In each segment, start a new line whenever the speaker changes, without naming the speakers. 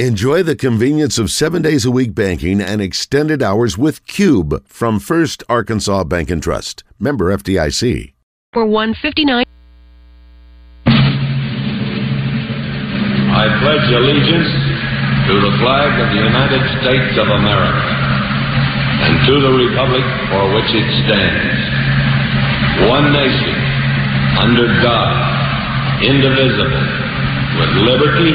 Enjoy the convenience of seven days a week banking and extended hours with Cube from First Arkansas Bank and Trust. Member FDIC.
Or 159.
I pledge allegiance to the flag of the United States of America and to the republic for which it stands, one nation, under God, indivisible, with liberty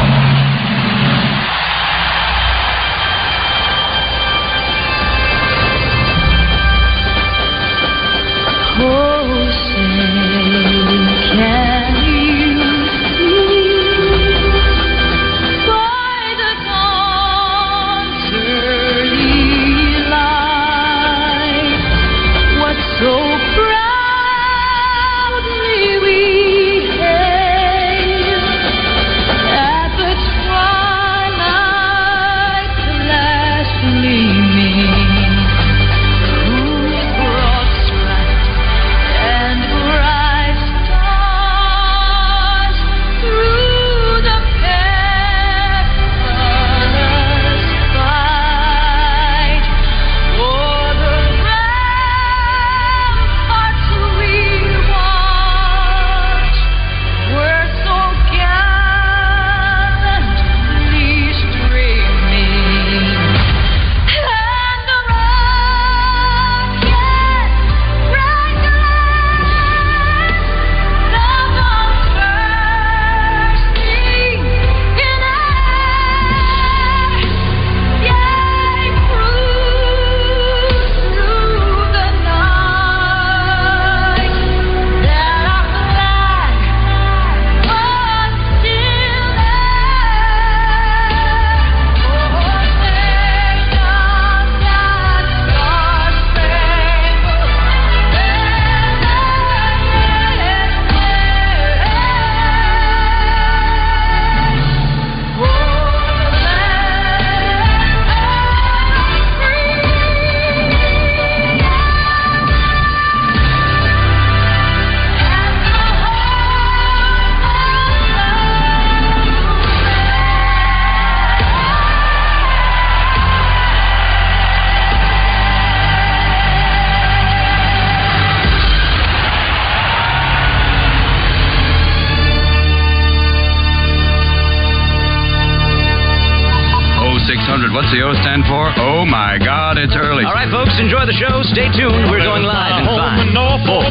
Oh, 0600. What's the O stand for? Oh my God, it's early.
All right, folks, enjoy the show. Stay tuned. We're going live in five, four,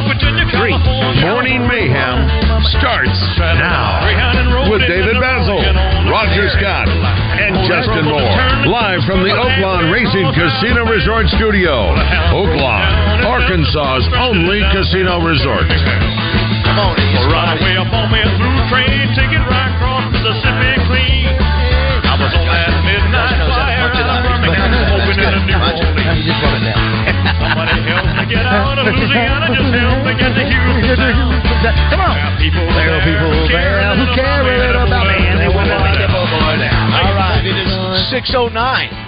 three.
Morning Mayhem starts now with David Basil, Roger Scott, and Justin Moore. Live from the Oaklawn Racing Casino Resort Studio. Oaklawn, Arkansas's only casino resort.
Come on, Runaway up on me through train, taking right across Mississippi clean. I was on that midnight fire, I'm running out of hope in a new Orleans. Somebody help me get out of Louisiana, just help me get to Houston. Come on. people there, people there, who care a little about me, and they want to make it over there.
All right, it is 609,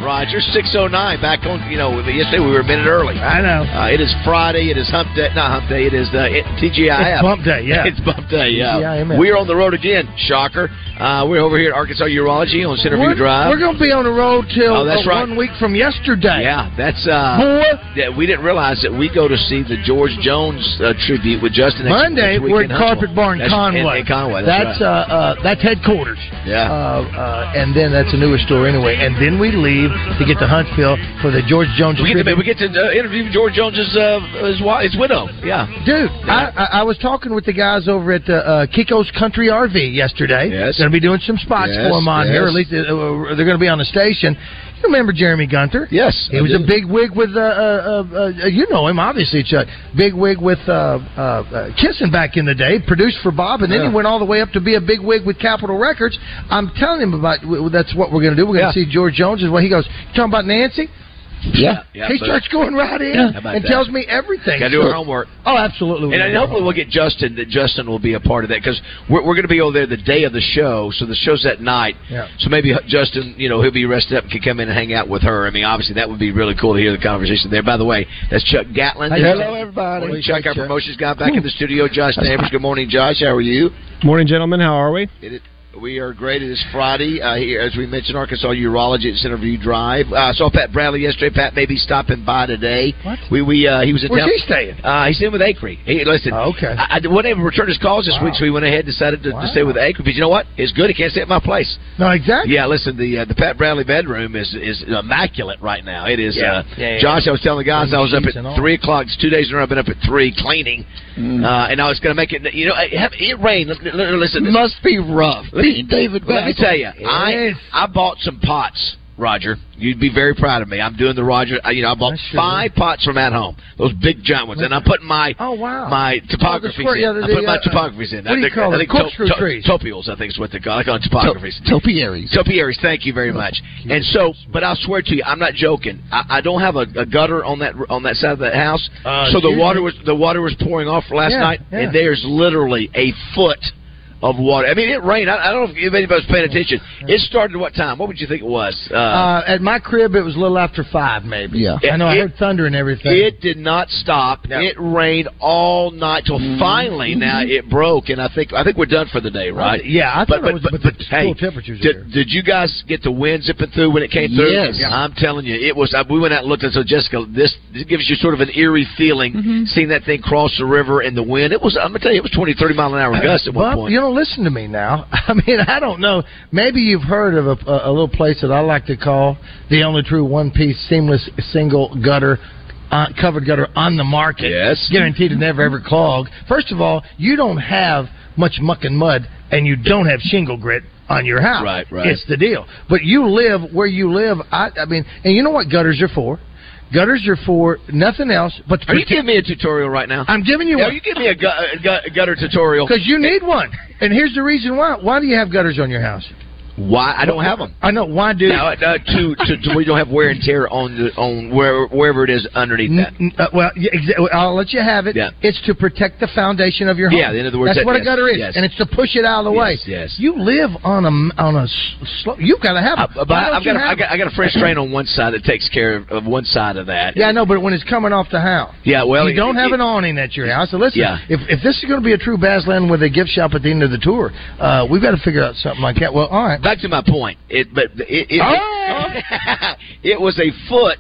Roger. 609. Back on, you know, yesterday we were a minute early. I know. Uh, it is Friday. It is hump day. Not hump day. It is the it, TGIF.
It's bump day, yeah.
it's bump day, yeah.
TGIF.
We are on the road again. Shocker. Uh, we're over here at Arkansas Urology on Centerview
We're,
Drive.
we're going to be on the road till
Oh, that's
uh,
right.
one week from yesterday.
yeah, that's uh,
Boy.
yeah, we didn't realize that we go to see the George Jones uh, tribute with Justin. next-
Monday,
next week
we're
in
at
Huntsville.
Carpet Barn
That's- in-
Conway.
in Conway. That's, right.
uh, uh, that's headquarters.
Yeah.
Uh, uh, and then that's a newer store anyway. And then we leave to get to Huntsville for the George Jones.
we get to we
tribute.
get to uh, interview George Jones's uh, his, wife, his widow. Yeah.
Dude, I, I, I was talking with the guys over at the, uh, Kiko's Country RV yesterday.
Yes.
Going to be doing some spots
Yes,
for them on
yes.
here. At least uh, uh, they're going to be on the station. You remember Jeremy Gunter?
Yes,
He
I
was
do.
a big wig with, uh, uh, uh, uh, you know him, obviously, Chuck. Big wig with uh, uh, uh, Kissing back in the day, produced for Bob, and then
Yeah.
he went all the way up to be a big wig with Capitol Records. I'm telling him about w- that's what we're going to do. We're going to see George Jones as well. He goes, You talking about Nancy?
Yeah. Yeah,
he
but-
starts going right in
Yeah. How about
and
that?
tells me everything.
Gotta do
So-
our homework.
Oh, absolutely.
And, and hopefully we'll get Justin. That Justin will be a part of that because we're, we're going to be over there the day of the show. So the show's at night.
Yeah.
So maybe Justin, you know, he'll be rested up and could come in and hang out with her. I mean, obviously that would be really cool to hear the conversation there. By the way, that's Chuck Gatlin.
Hey, hello,
everybody.
Hey,
Chuck,
Chuck.
our promotions guy back in the studio. Josh Neighbors. Good morning, Josh. How are you?
Morning, gentlemen. How are we?
It is- We are great. It is Friday. Uh, here, as we mentioned, Arkansas Urology at Center View Drive. Uh, saw Pat Bradley yesterday. Pat may be stopping by today. What? We we uh, he was in.
Where's
town-
he staying? Oh,
Uh, he's in with Acree. He listen. okay. I, I wasn't able to return his calls this week, so we went ahead and decided to, to stay with Acree. But you know what? It's good. He can't stay at my place.
No, exactly.
Yeah, listen. The uh, the Pat Bradley bedroom is is immaculate right now. It is.
Yeah.
Uh,
Yeah, yeah,
Josh,
yeah.
I was telling the guys I was up
Sheets and all.
at three o'clock. It's two days in a row. I've been up at three cleaning, uh, and I was going to make it. You know, it, it rained. L- l- Listen, must be rough. Let me, David, let me
Beckham.
tell you, I I bought some pots. Roger, you'd be very proud of me. I'm doing the Roger. I- You know, I bought five pots from at home, those big giant ones, and I'm putting my
Oh wow.
my topographies
square-
in.
yeah, the-
I put
the,
my
uh,
topographies in.
what do you
I think,
call
I
it?
think
Corkscrew trees.
Topials, I think is what they call. I call it topographies.
Topiaries.
Topiaries. Thank you very much. And so, but I swear to you, I'm not joking. I, I don't have a, a gutter on that on that side of that house,
Uh,
so the
excuse
water
me.
was the water was pouring off last
Yeah,
night,
yeah.
and there's literally a foot. Of water. I mean, it rained. I, I don't know if anybody's paying attention. It started what time? What would you think it was?
Uh, at my crib, it was a little after five, maybe.
Yeah.
I know. I
It-
heard thunder and everything.
It did not stop. It rained all night till
Mm-hmm.
finally now it broke, and I think I think we're done for the day, right?
Yeah, I thought it was, but, the
hey,
cool temperatures are
Did, did you guys get the wind zipping through when it came through?
Yes. Yeah.
I'm telling you, it was. I, we went out and looked, and so Jessica, this, this gives you sort of an eerie feeling
Mm-hmm.
seeing that thing cross the river in the wind. It was. I'm gonna tell you, it was 20, 30 mile an hour gust at one
Well,
point.
you don't listen to me now. I mean, I don't know. Maybe you've heard of a, a, a little place that I like to call the only true one-piece, seamless, single gutter. Uh, covered gutter on the market.
Yes.
Guaranteed to never ever clog. First of all, you don't have much muck and mud and you don't have shingle grit on your house.
Right, right.
It's the deal. But you live where you live. I, I mean, and you know what gutters are for? Gutters are for nothing else but to
Are you
protect-
giving me a tutorial right now?
I'm giving you
Are
one.
you giving me a, gu- a gu- a gutter tutorial?
because you need one. And here's the reason why. Why do you have gutters on your house?
Why I don't have them.
I know. Why do?
No, uh, to, to, to we don't have wear and tear on the on where, wherever it is underneath that.
N- uh, well, yeah, exa- I'll let you have it.
Yeah.
It's to protect the foundation of your home.
Yeah, the end of the word
That's
said,
what a
yes,
gutter is,
yes.
and it's to push it out of the way.
Yes, yes.
You live on a m- on a s- slope. You've got to have
Uh,
it.
But
Why don't
I've
you
got, a,
have
I got I got a French train on one side that takes care of, of one side of that.
it? Yeah, I know, but when it's coming off the house.
Yeah, well,
you don't
it-
have
it-
an awning at your house. So listen,
Yeah.
if, if this is going to be a true Basland with a gift shop at the end of the tour, uh, we've got to figure out something like that. Well, all right.
Back to my point. It but it it,
Oh!
it, was a foot.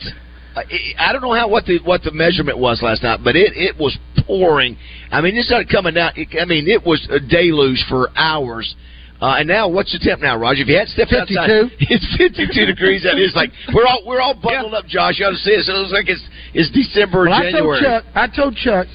uh, it- I don't know how what the what the measurement was last night, but it it was pouring. I mean, it started coming down. It, I mean, it was a deluge for hours. Uh, and now, what's the temp now, Roger? If you had stepped outside,
52.
it's 52 degrees. That is like we're all we're all bundled up, Josh. You ought to see us. It looks like it's it's December,
Well,
January.
I told Chuck. I told Chuck.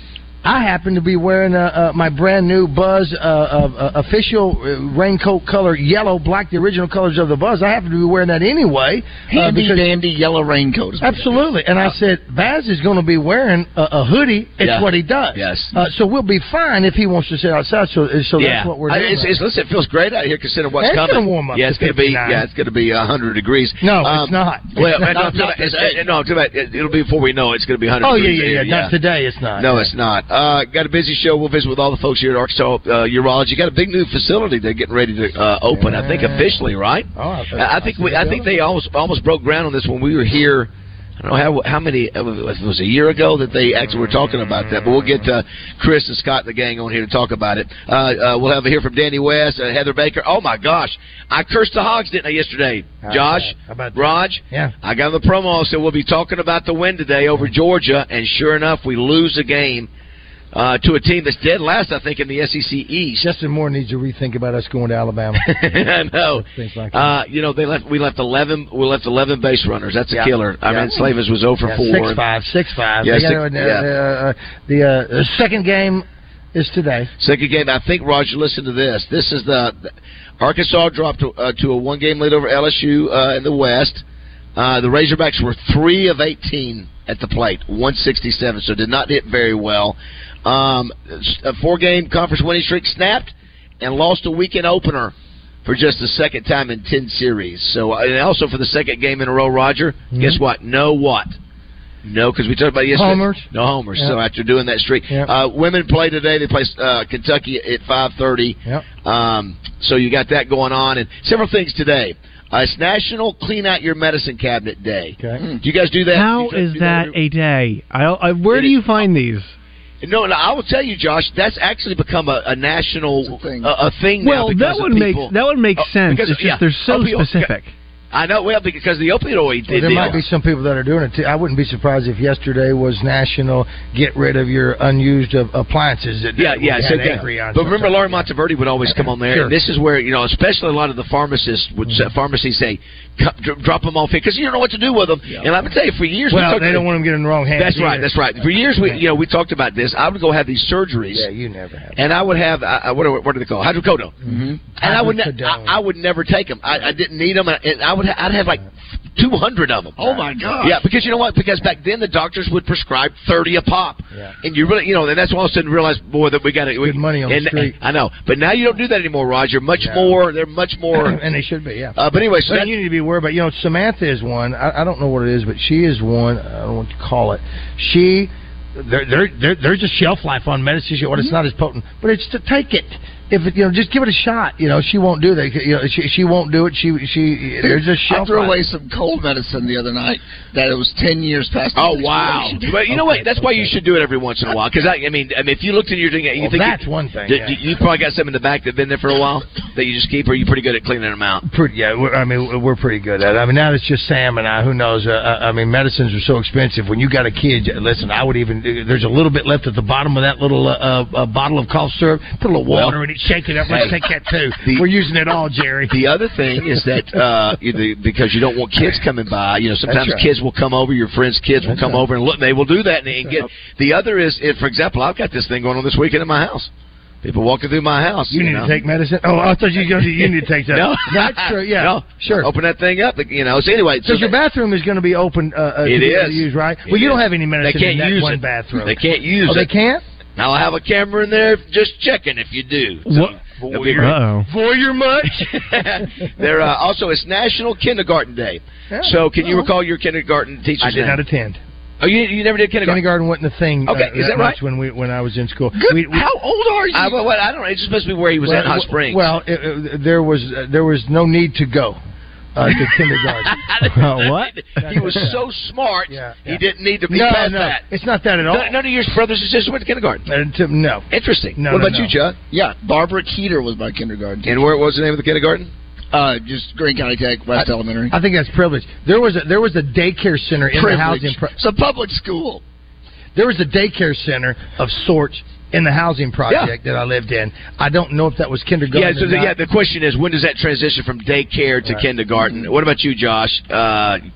I happen to be wearing uh, uh, my brand new Buzz uh, uh, uh, official uh, raincoat color, yellow, black, the original colors of the Buzz. I happen to be wearing that anyway. uh,
Handy
because-
dandy yellow raincoat. is what it is.
Absolutely. And
Uh,
I said, Baz is going to be wearing a, a hoodie. It's
Yeah.
what he does.
Yes.
Uh, so we'll be fine if he wants to sit outside. So, uh, so
yeah,
that's what we're
I-
doing.
it's, it's, listen, it feels great out here considering what's
It's
coming.
gonna warm up
Yeah,
to
it's gonna be
59.
yeah, it's gonna be uh, hundred degrees.
No,
Um,
it's not.
Well,
It's not-
no, I'm talking
not
about- it's-
today.
uh, no, I'm talking about it, it'll be before we know it, it's gonna be hundred.
oh, yeah,
degrees
yeah, yeah,
there,
Not today. It's not.
No, it's not. Uh, got a busy show. We'll visit with all the folks here at Arkansas uh, Urology. Got a big new facility they're getting ready to uh, open. I think officially, right?
Oh, I,
I I think we, I think they almost almost broke ground on this when we were here. I don't know how how many it was it was a year ago that they actually were talking about that, but we'll get uh, Chris and Scott and the gang on here to talk about it. Uh, uh, we'll have a hear from Danny West, uh, Heather Baker. Oh my gosh, I cursed the hogs didn't I yesterday?
How
Josh,
about that?
Raj,
Yeah.
I got on the promo. I said we'll be talking about the win today over Georgia, and sure enough, we lose a game uh, to a team that's dead last, I think, in the SEC East.
Justin Moore needs to rethink about us going to Alabama.
I know.
Things like that.
Uh, you know, they left. We left eleven. We left eleven base runners. That's a
Yeah.
killer. I
Yeah.
mean, Slavis was over
Yeah,
four.
Six five, six five.
Yeah,
They got
six-
it, uh,
yeah.
uh, the uh, second game is today.
Second game. I think Roger. Listen to this. This is the, the- Arkansas dropped to, uh, to a one game lead over LSU uh, in the West. Uh, the Razorbacks were three of eighteen at the plate, one sixty seven. So did not hit very well. Um, s- a four game conference winning streak snapped, and lost a weekend opener. For just the second time in ten series, so uh, and also for the second game in a row, Roger. Guess what? No what? No, because we talked about yesterday.
Homers.
No homers. So
Yeah.
after doing that streak,
Yeah.
uh, women play today. They play uh, Kentucky at five thirty.
Yep.
Um, so you got that going on, and several things today. Uh, it's National Clean Out Your Medicine Cabinet Day. Hmm.
Okay.
Do you guys do that?
How
Do you guys
is
do
that a day? I, I, where do you find these?
No, no, I will tell you, Josh. That's actually become a, a national a thing, a, a thing
Well,
now.
that
because
would
of
make
people-
that would make
Oh,
sense.
because-
it's just
yeah,
they're so
opioid-
specific.
I know. Well, because the opioid.
Well, there might be some people that are doing it. Too. I wouldn't be surprised if yesterday was National Get Rid of Your Unused uh, Appliances. That
Yeah,
we
yeah,
had
so yeah.
angry on
But remember, Lauren Monteverdi would always come on there.
Sure.
And this is where you know, especially a lot of the pharmacists would say, pharmacies say, "Co- dr- drop them off here because you don't know what to do with them. And I would tell you, for years, we
Well,
talked
they don't want them getting in the wrong hands.
That's right.
either.
That's right. For years, we you know we talked about this. I would go have these surgeries.
Yeah, you never have.
And I would have I, I- what are, what are they called? Hydrocodone. Mm-hmm. And I would ne- I, I would never take them. I, I didn't need them. And I would ha- I'd have like two hundred of them.
Oh my God.
Yeah, because you know what? Because back then the doctors would prescribe thirty a pop.
Yeah.
And you really, you know, and that's when all of a sudden realized, boy, that we got to money
on the street.
I know, but now you don't do that anymore, Roger. Much more, they're much more.
and they should be, yeah.
Uh, but anyway, so
Well,
that-
you need to be aware about. You know, Samantha is one. I, I don't know what it is, but she is one. I don't know what to call it. She, there, there, there, there's a shelf life on medicine. Or it's not as potent, but it's to take it. If it, you know, just give it a shot. You know, she won't do that. You know, she, she won't do it. She, she. There's a
I
shelf
threw
life.
away some cold medicine the other night that it was 10 years past.
Oh
its
wow!
expiration.
But you know what? That's why you should do it every once in a while. Because I, I mean, I mean, if you looked in your thing, you
Well,
think
that's
you,
one thing,
Do-
yeah.
do- you probably got some in the back that've been there for a while that you just keep. Or you pretty good at cleaning them out.
Pretty, yeah, we're, I mean, we're pretty good at it. I mean, now it's just Sam and I. Who knows? Uh, I I mean, medicines are so expensive. When you got a kid, listen, I would even. There's a little bit left at the bottom of that little uh, uh, bottle of cough syrup. Put a little water in it, shake it up. Let's
Hey.
take that too. we're using it all, Jerry.
The other thing is that uh, you- the- because you don't want kids coming by, you know, sometimes
That's right.
kids will come over. Your friends' kids will come over and look. They will do that and, and get. The other is, if, for example, I've got this thing going on this weekend in my house. People walking through my house.
You need
know.
to take medicine. Oh, I thought you were gonna say you need to take that.
No.
that's true. Yeah,
No.
sure.
Open that thing up, you know. So anyway, so
Because your bathroom is going to be open. Uh, uh, to
It
be able to
is.
use, right?
It
well, you don't
is.
have any medicine
They can't
in that
use
one
it.
bathroom.
They can't use
oh,
it.
They can't.
Now I'll have a camera in there just checking if you do.
What?
Voyeur,
Voyeur
much? there uh, also it's National Kindergarten Day.
Yeah.
So can you
Oh.
recall your kindergarten teacher's
I did
name?
not attend.
Oh, you, you never did kindergarten.
Kindergarten wasn't a thing.
Okay,
uh,
is that
much
right?
When we when I was in school, We- we-
How old are you? I, well, well, I don't know. It's supposed to be where he was at Hot
w-
Springs.
Well, it, it, there was uh, there was no need to go uh, to kindergarten.
what?
he was so smart, he didn't need to be
No,
past
no,
that.
it's not that at all.
None, none of your brothers and sisters went to kindergarten.
And to- no,
Interesting.
No,
what
no,
about
no.
you, Judd?
Yeah, Barbara Keeter was my kindergarten teacher.
And where what was the name of the kindergarten?
Uh, just Green County Tech, West Elementary.
I think that's privilege. There was a, there was a daycare center in
Privilege.
the housing. Pro-
it's a public school.
there was a daycare center of sorts in the housing project that I lived in. I don't know if that was kindergarten.
Yeah, so
or
the,
not.
yeah. The question is, when does that transition from daycare to
Right.
kindergarten? What about you, Josh? Uh,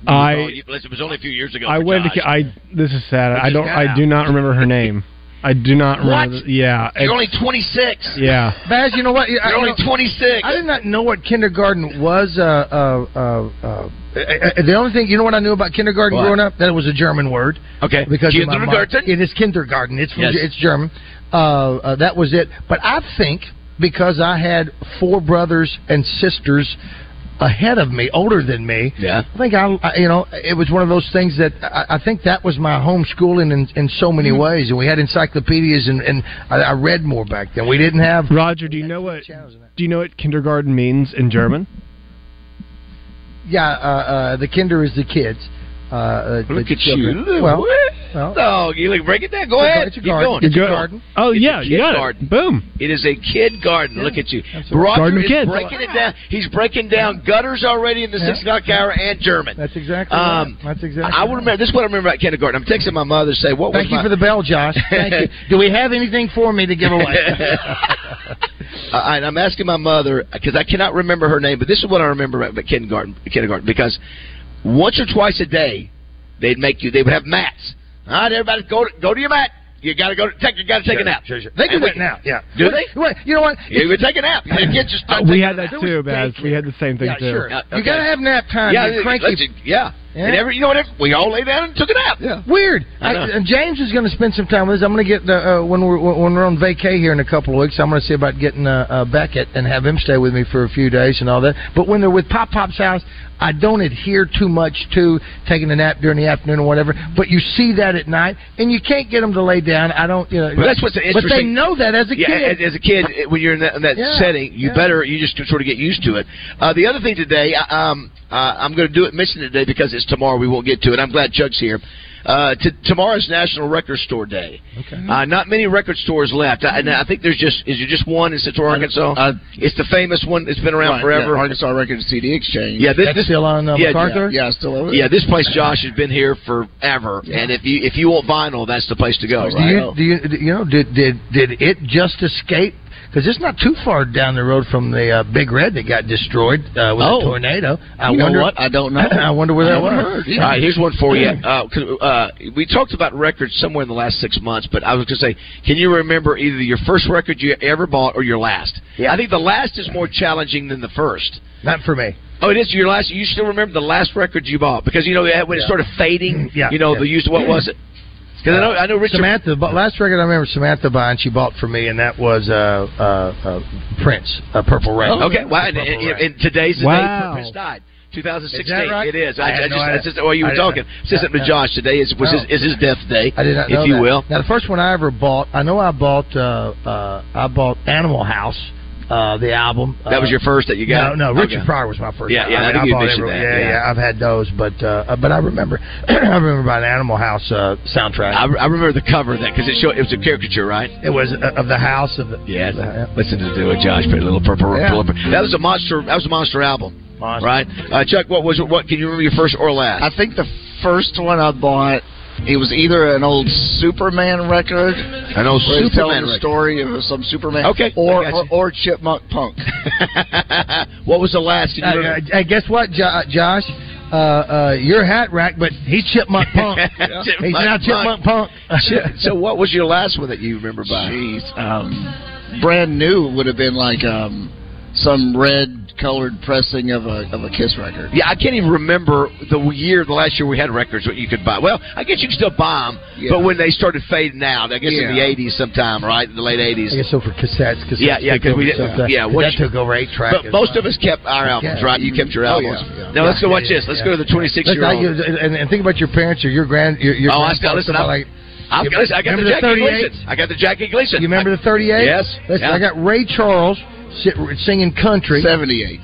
I-
you- listen, it was only a few years ago.
I
for
went
Josh.
to. ki- I this is sad. I
just
don't.
got
I do not remember her name. I do not remember.
What?
the-
Uh,
yeah.
You're
it's-
only 26.
yeah.
Baz, you know what? I-
You're only
you know-
26.
I did not know what kindergarten was. Uh, uh, uh, uh, uh, the only thing you know what I knew about kindergarten
What?
growing up that it was a German word.
Okay.
because of my mom.
Kindergarten?
it is kindergarten. It's from,
Yes.
it's German. Uh, uh, that was it. But I think because I had four brothers and sisters ahead of me, older than me.
Yeah.
I think I, I you know, it was one of those things that I, I think that was my homeschooling in, in so many
Mm-hmm.
ways. And we had encyclopedias, and, and I, I read more back then. We didn't have
Roger, do you know what? Do you know what kindergarten means in German?
Yeah, uh, uh, the kinder is the kids. Uh, Uh,
Look
the
at you.
children.
Look,
Well,
what?
well,
No, you look, break it down. Go
It's a gar-
ahead.
it's a
Keep
garden.
going.
It's a
Keep
garden.
going.
Oh
It's a
yeah, you
kid
got
garden.
it. Boom.
It is a kid garden. Look at you. Roger
Garden of
is
kids.
breaking it down. He's breaking down gutters already in the six o'clock hour and German.
that's exactly.
Um,
right. That's exactly.
I will
right.
remember. This is what I remember about kindergarten. I'm texting my mother. Say what?
Thank
was
you
my,
for the bell, Josh. Thank you. Do we have anything for me to give away?
Uh, and I'm asking my mother because I cannot remember her name, but this is what I remember about about kindergarten. Kindergarten because once or twice a day they'd make you. They would have mats. All right, everybody, go to, go to your mat. You gotta go. To, take. You gotta take a nap.
Sure, sure. They do
And we-
that now. Yeah.
Do
What-
they?
what- you know what?
You would take a nap. The kids just
Uh,
start
we
taking
had that
There was
too, Baz. We had the same thing
Yeah,
too.
sure.
Yeah,
You
Uh, okay.
gotta have nap time.
Yeah,
You're cranky.
let's- yeah.
Yeah.
And every, you know what? every- We all lay down and took a nap. Yeah.
Weird.
I
I
know.
and James is going to spend some time with us. I'm going to get the, uh, when we're when we're on vacay here in a couple of weeks. I'm going to see about getting uh, uh, Beckett and have him stay with me for a few days and all that. But when they're with Pop Pop's house, I don't adhere too much to taking a nap during the afternoon or whatever. But you see that at night, and you can't get them to lay down. I don't. You know,
Well, that's what's
But they
interesting.
know that as a
yeah,
kid.
As, as a kid, it- when you're in that, in that
Yeah,
setting, you
yeah.
better you just sort of get used to it. Uh, the other thing today, I- um, uh, I'm going to do it mention it today because it's tomorrow. We won't get to it. I'm glad Chuck's here. Uh, t- tomorrow's National Record Store Day.
Okay.
Uh, not many record stores left. I, and I think there's just is there just one in Central Arkansas?
Uh,
it's the famous one. It's been around
Right,
forever.
yeah, Arkansas Record CD Exchange.
Yeah, this,
That's
this-
still on, uh,
yeah,
MacArthur?
Yeah,
Yeah, still over there.
Yeah, this place, Josh, has been here forever. And if you if you want vinyl, that's the place to go.
Do
right?
you, do you, do you know, did, did, did it just escape? Because it's not too far down the road from the uh, Big Red that got destroyed uh, with
Oh.
a tornado. I
You know
wonder
what? I don't know.
I wonder where
I
that was.
haven't heard, yeah. All right, here's one for you. Uh, 'cause, uh, we talked about records somewhere in the last six months, but I was going to say, can you remember either your first record you ever bought or your last? I think the last is more challenging than the first.
Not for me.
Oh, it is your last. You still remember the last record you bought because you know when it
Yeah.
started fading.
Yeah,
You know
yeah.
the use. What was it? Because I know I know Richard.
Samantha, but last record I remember Samantha buying, she bought for me, and that was uh, uh, uh, Prince, uh, Purple Rain.
Oh, okay. Wow. And, and, and today's the day
Wow.
Prince died. 2016.
Is that right?
It is.
I
I,
had
I,
no
just,
idea.
I just, while you
I
were
did
talking,
not-
says it to
no.
Josh today is was
No.
his, is his death day.
I did not
if
know
you
that.
will.
Now the first one I ever bought, I know I bought uh, uh, I bought Animal House, uh, the album.
That was
Uh,
your first that you got?
No, no, Richard
Okay.
Pryor was my first.
Yeah, yeah, I
I, mean,
think
I
you
bought
mentioned
every-
that,
Yeah,
yeah.
I've had those, but uh, uh, but I remember, I remember buying Animal House uh, soundtrack.
I, I remember the cover of that because it showed it was a caricature, right?
it was uh, of the house of the.
Yes. Listen to do it, Josh. Put a little purple.
Yeah.
purple- That was a monster. That was a monster album, right? Uh, Chuck, what was what? Can you remember your first or last?
I think the first one I bought, it was either an old Superman record,
An old
where he's telling
Superman
the
record.
story of some Superman,
Okay, I
or,
got
or or Chipmunk Punk.
what was the last? Can you
Uh,
remember?
uh, hey, guess what, jo- Josh? Uh, uh, your hat rack, but he's Chipmunk Punk. He's now Chipmunk Punk.
Chip- so, what was your last one that you remember by?
Jeez, um, brand new would have been like um, some red colored pressing of a of a Kiss record.
Yeah, I can't even remember the year, the last year we had records what you could buy. Well, I guess you can still buy them,
Yeah.
but when they started fading out, I guess in the
Yeah.
'80s sometime, right? In the late '80s.
I guess so for cassettes. cassettes
Yeah, yeah,
took
'cause we
over
didn't-
sometime.
yeah,
'Cause
what
that
you-
took over eight tracks.
But most of us kept our albums,
Yeah.
right? You kept your
Oh,
albums.
yeah, yeah.
Now let's go
Yeah,
watch
yeah,
this. Let's
yeah.
go to the 26
Let's
year
not
old.
give- and, and think about your parents or your grand. Your, your
Oh, I
grandparents
still listen.
about,
I'm-
like,
I've
you
got, I got the
remember the
Jackie
38?
Gleason. I got the Jackie Gleason.
You remember the 38?
Yes.
Listen,
Yeah.
I got Ray Charles sit, singing country.
Seventy eight.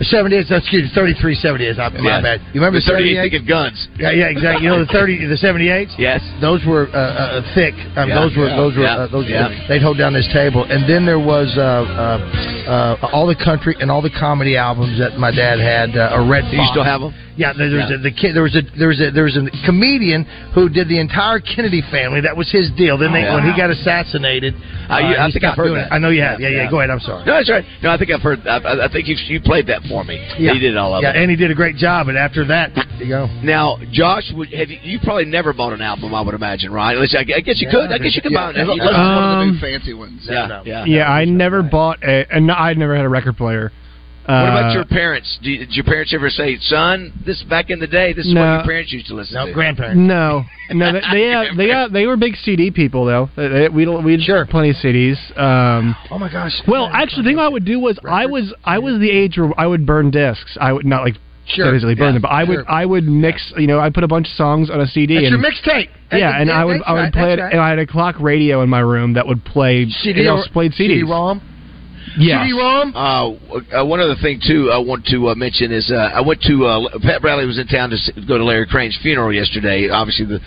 78, excuse me, 33, 78. I,
Yeah.
My bad. You remember
the 38
78?
thinking guns.
Yeah, yeah, exactly. You know the 30, the 78s?
Yes.
Those were uh, uh, thick. Um,
Yeah,
those were
yeah,
those were
yeah,
uh, those.
yeah.
Were, they'd hold down this table, and then there was uh, uh, uh, all the country and all the comedy albums that my dad had. Uh, a Red Fox.
Do you still have them?
Yeah, there, there was
Yeah.
A, the kid. There was a there was a there was a comedian who did the entire Kennedy family. That was his deal. Then they,
Oh,
when
wow.
he got assassinated,
I- Uh, I
he
think I've
stopped
heard
Uh, doing
that.
it. Oh, I know you have. Yeah, yeah.
yeah.
Go ahead. I'm sorry.
No, that's right. No, I think I've heard. I- I, I think you you played that for me.
Yeah.
You did all of
yeah,
it.
and he did a great job. And after that, you go.
Now, Josh, would, have you, you probably never bought an album? I would imagine, right? At least I, I guess you
Yeah,
could. I
I
guess you could buy
Yeah,
an
let's
album.
one of the
Um,
new fancy ones.
Yeah, yeah.
Yeah, I never bought a, and I never had a record player. Uh,
What about your parents? Do you, did your parents ever say, "Son, this back in the day, this is what
No.
your parents used to listen
No,
to"?
grandparents.
No, no, they they, uh, they, uh, they were big CD people though. They, they, we don't, we had plenty of CDs. Um,
Oh my gosh.
well, actually, the thing I would do was I was I was the age where I would burn discs. I would not like
Sure,
physically burn
yeah,
them, but I would
sure.
I would mix. You know, I would put a bunch of songs on a CD.
That's
and,
your mixtape.
yeah, and I would
that's
I
right,
would play it,
that's right.
and I had a clock radio in my room that would play.
CD
it
or-
also played CDs.
CD-ROM.
Yes.
CD-ROM.
Uh, uh, one other thing too, I want to uh, mention is uh, I went to uh, Pat Bradley was in town to s- go to Larry Crane's funeral yesterday. Obviously, the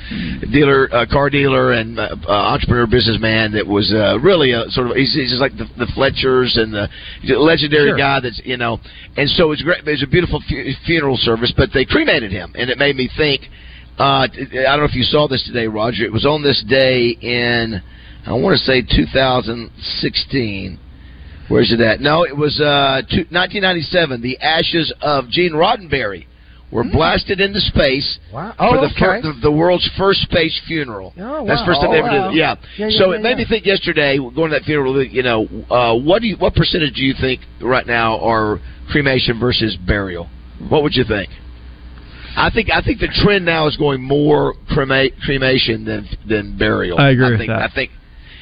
dealer, uh, car dealer, and uh, uh, entrepreneur businessman that was uh, really a sort of he's, he's just like the, the Fletchers and the he's a legendary
Sure.
guy that's you know. And so it's great. It was a beautiful fu- funeral service, but they cremated him, and it made me think. Uh, t- I don't know if you saw this today, Roger. It was on this day in I want to say 2016. Where's it at? No, it was uh, two, 1997. The ashes of Gene Roddenberry were blasted into space
Wow.
for
Hmm. Oh,
the, fir-
okay.
the, the world's first space funeral.
Oh,
That's the first time
wow.
they ever did
Wow.
it. Yeah.
Yeah, yeah,
so
yeah,
it made
yeah.
me think yesterday, going to that funeral, you know, uh, what do you, what percentage do you think right now are cremation versus burial? What would you think? I think I think the trend now is going more crema- cremation than than burial.
I agree
I
with
think,
that.
I think.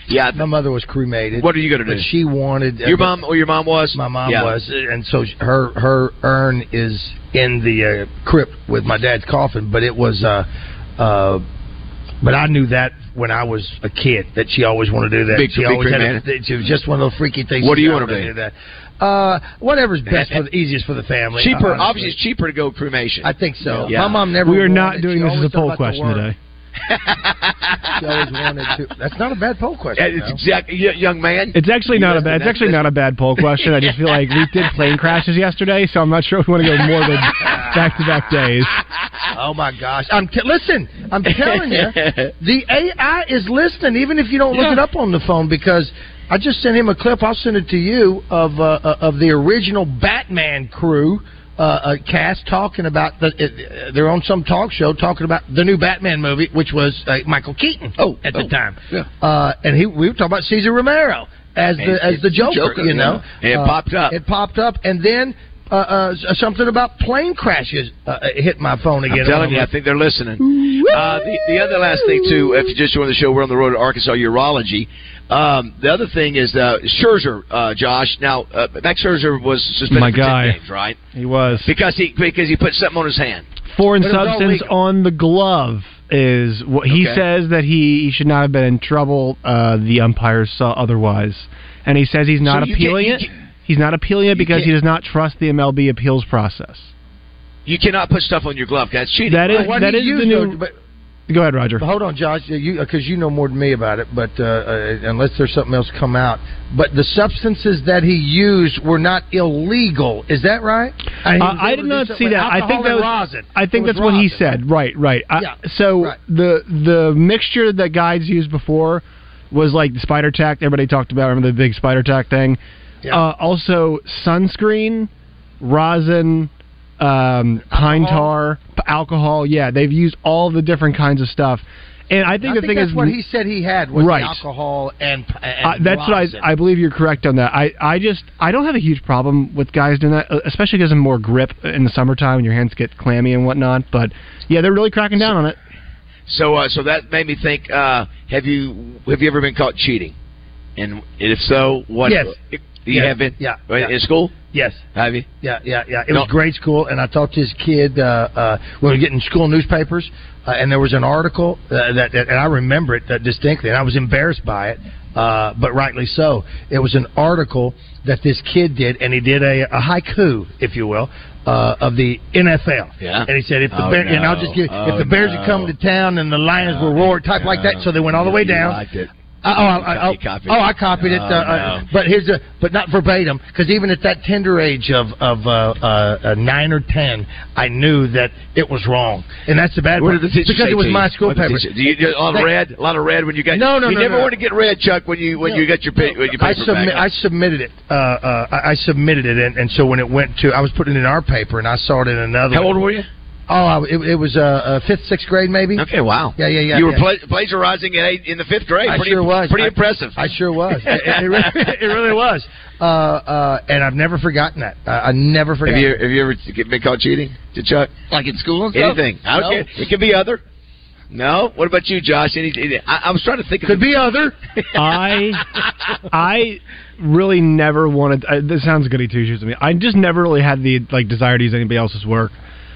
Yeah. I
My mother was cremated.
think- what are you going to
But
do?
she wanted
Your mom or your mom was?
My mom
Yeah.
was, and so her her urn is in the uh, crypt with my dad's coffin. But it was, uh, uh, but I knew that when I was a kid that she always wanted to do that.
Big-
she
big
always had a,
cremator.
that she was just one of those freaky things.
What do
she
you wanna
wanted
be?
do that. Uh, whatever's best for the easiest for the family.
cheaper.
honestly.
Obviously, it's cheaper to go cremation.
I think so.
Yeah.
My mom never.
we are
wanted
not
it.
doing
She
this as
always
a
thought
poll
about the
question
work.
today.
She always wanted to. That's not a bad poll question.
Yeah, Uh, it's exactly, young man.
It's actually
You
not a
must
bad.
have
It's actually
that-
not a bad poll question. I just feel like we did plane crashes yesterday, so I'm not sure we want to go morbid back to back days.
Oh my gosh! I'm t- listen. I'm telling you, the AI is listening, even if you don't look it up on the phone. Because I just sent him a clip. I'll send it to you of uh, uh, of the original Batman crew uh, uh, cast talking about. The, uh, they're on some talk show talking about the new Batman movie, which was uh, Michael Keaton. Oh, at the time. Yeah. Uh, and he we were talking about Cesar Romero as
And
the as the
it's
Joker.
Joker,
you know, Uh,
yeah. And it popped up.
It popped up, and then. Uh, uh, s- something about plane crashes uh, uh, hit my phone again.
I'm telling you, I
like,
think they're listening. Uh, the, the other last thing too, if you just joined the show, we're on the road to Arkansas Urology. Um, the other thing is uh, Scherzer, uh, Josh. Now, uh, Max Scherzer was suspended
My
for 10
guy.
games, right?
He was
Because he because he put something on his hand.
foreign
But it was all
substance
legal.
on the glove is what he
Okay.
says that he, he should not have been in trouble. Uh, the umpires saw otherwise, and he says he's not
So you can't-
appealing
you
it. he's not appealing it because he
can't-
does not trust the MLB appeals process.
You cannot put stuff on your glove. That's cheating.
That is
right?
that is the new. Go ahead, Roger.
But hold on, Josh, you because you know more than me about it. But uh, uh, unless there's something else come out, but the substances that he used were not illegal. Is that right? he
Uh,
was
I did
able to do
not
something
see
with
that. I think
alcohol
that
and
was,
rosin.
I think
It was
that's what he
rosin.
said. Right, right. I-
Yeah,
so
right.
the the mixture that guys used before was like the spider tack. Everybody talked about. Remember the big spider tack thing? Uh, also, sunscreen, rosin, um, pine tar, p- alcohol. Yeah, they've used all the different kinds of stuff. And I think
I
the
think
thing
that's
is,
what he said he had was the
Right.
alcohol and, and
uh, that's what I,
rosin.
I believe you're correct on that. I, I just I don't have a huge problem with guys doing that, uh, especially because of more grip in the summertime when your hands get clammy and whatnot. But yeah, they're really cracking down on it.
So uh, so that made me think. Uh, have you have you ever been caught cheating? And if so, what?
Yes.
Do you
Yes.
have been?
Yeah.
Right,
Yeah.
In school?
Yes.
Have you?
Yeah, yeah, yeah. It
No.
was grade school, and I talked to this kid. Uh, uh, we were getting school newspapers, uh, and there was an article uh, that, that, and I remember it uh, distinctly, and I was embarrassed by it, uh, but rightly so. It was an article that this kid did, and he did a, a haiku, if you will, uh, of the NFL.
Yeah.
And he said, if the
Oh,
Bear, and I'll
no.
just give,
Oh,
if the Bears
no. Oh,
had come to town and the Lions were roared, type like that, so they went all the way down.
it.
I- Oh, I, I,
You copied
oh,
it.
I copied it.
No,
uh, uh,
no.
But here's a, but not verbatim, because even at that tender age of of uh, uh, uh, nine or ten, I knew that it was wrong, and that's the bad
What
part
did the teacher
because
say
it was
to
my
you?
school
What did the
paper.
teacher- Do you get a lot of
They-
red? A lot of red when you got
No, no,
You
no,
never
no.
want to get red, Chuck. When you when you got your pa- when your paper
I, submit,
back.
I submitted it. Uh, uh, I, I submitted it, and, and so when it went to, I was putting it in our paper, and I saw it in another.
How
one.
old were you?
Oh, I, it, it was uh, uh, fifth, sixth grade, maybe.
Okay, wow.
Yeah, yeah, yeah.
You were
yeah.
pla- plagiarizing in, eight, in the fifth grade.
I
pretty,
sure was.
Pretty
I-
impressive.
I sure was. it, it, really, it really was. Uh, uh, and I've never forgotten that. Uh, I never forgot.
have you have you ever been caught cheating, to Chuck?
Like in school and stuff?
Anything? I don't
No.
care. It could be other. No. What about you, Josh? Any, any- I, I was trying to think. Could of
be other.
I I really never wanted. I, this sounds goody two shoes to me. I just never really had the like desire to use anybody else's work.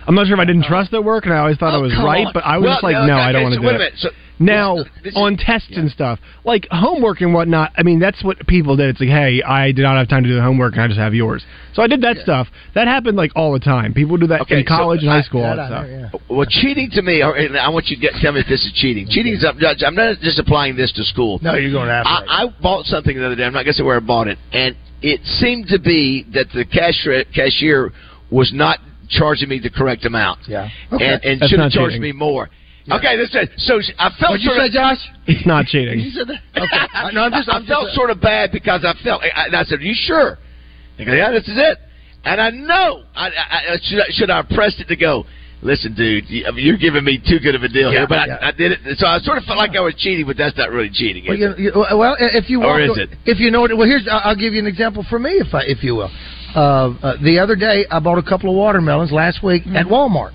I'm not sure if I didn't trust their work, and I always thought I was
Oh, come
right,
on.
but I was
Well,
just like,
no,
no, I
okay,
don't want
so
to do
wait a
it.
minute. So
now
this- this is-
on tests and stuff, like homework and whatnot. I mean, that's what people did. It's like, hey, I did not have time to do the homework, and I just have yours. So I did that stuff. That happened like all the time. People do that in
Okay, so uh,
college and
I-
high school, all that
that
stuff.
Well, cheating to me, or- and I want you to get, tell me if this is cheating. Cheating is, I'm not just applying this to school.
No, you're going after it.
I, I bought something the other day. I'm not going to say where I bought it, and it seemed to be that the cashier cashier was not charging me the correct amount.
Yeah.
and, and
That's
should have
not
charged
cheating.
me more. Okay, that's it. So I felt.
What'd you
sort
say,
of-
Josh?
It's not cheating.
Okay. No, I'm just.
I
I'm
felt
just
sort of bad because I felt. I, and I said, "Are you sure?" They go, "Yeah, this is it." And I know. I, I, I should I, should I have pressed it to go? Listen, dude, you, I mean, you're giving me too good of a deal
Yeah,
here, but
yeah.
I, I did it. So I sort of felt like I was cheating, but that's not really cheating.
well,
is it?
you, you, well, if you
Or is
walk-
it?
if you know what, well, here's I'll I'll give you an example for me, if I, if you will. Uh, uh, the other day, I bought a couple of watermelons last week
Mm-hmm.
at Walmart,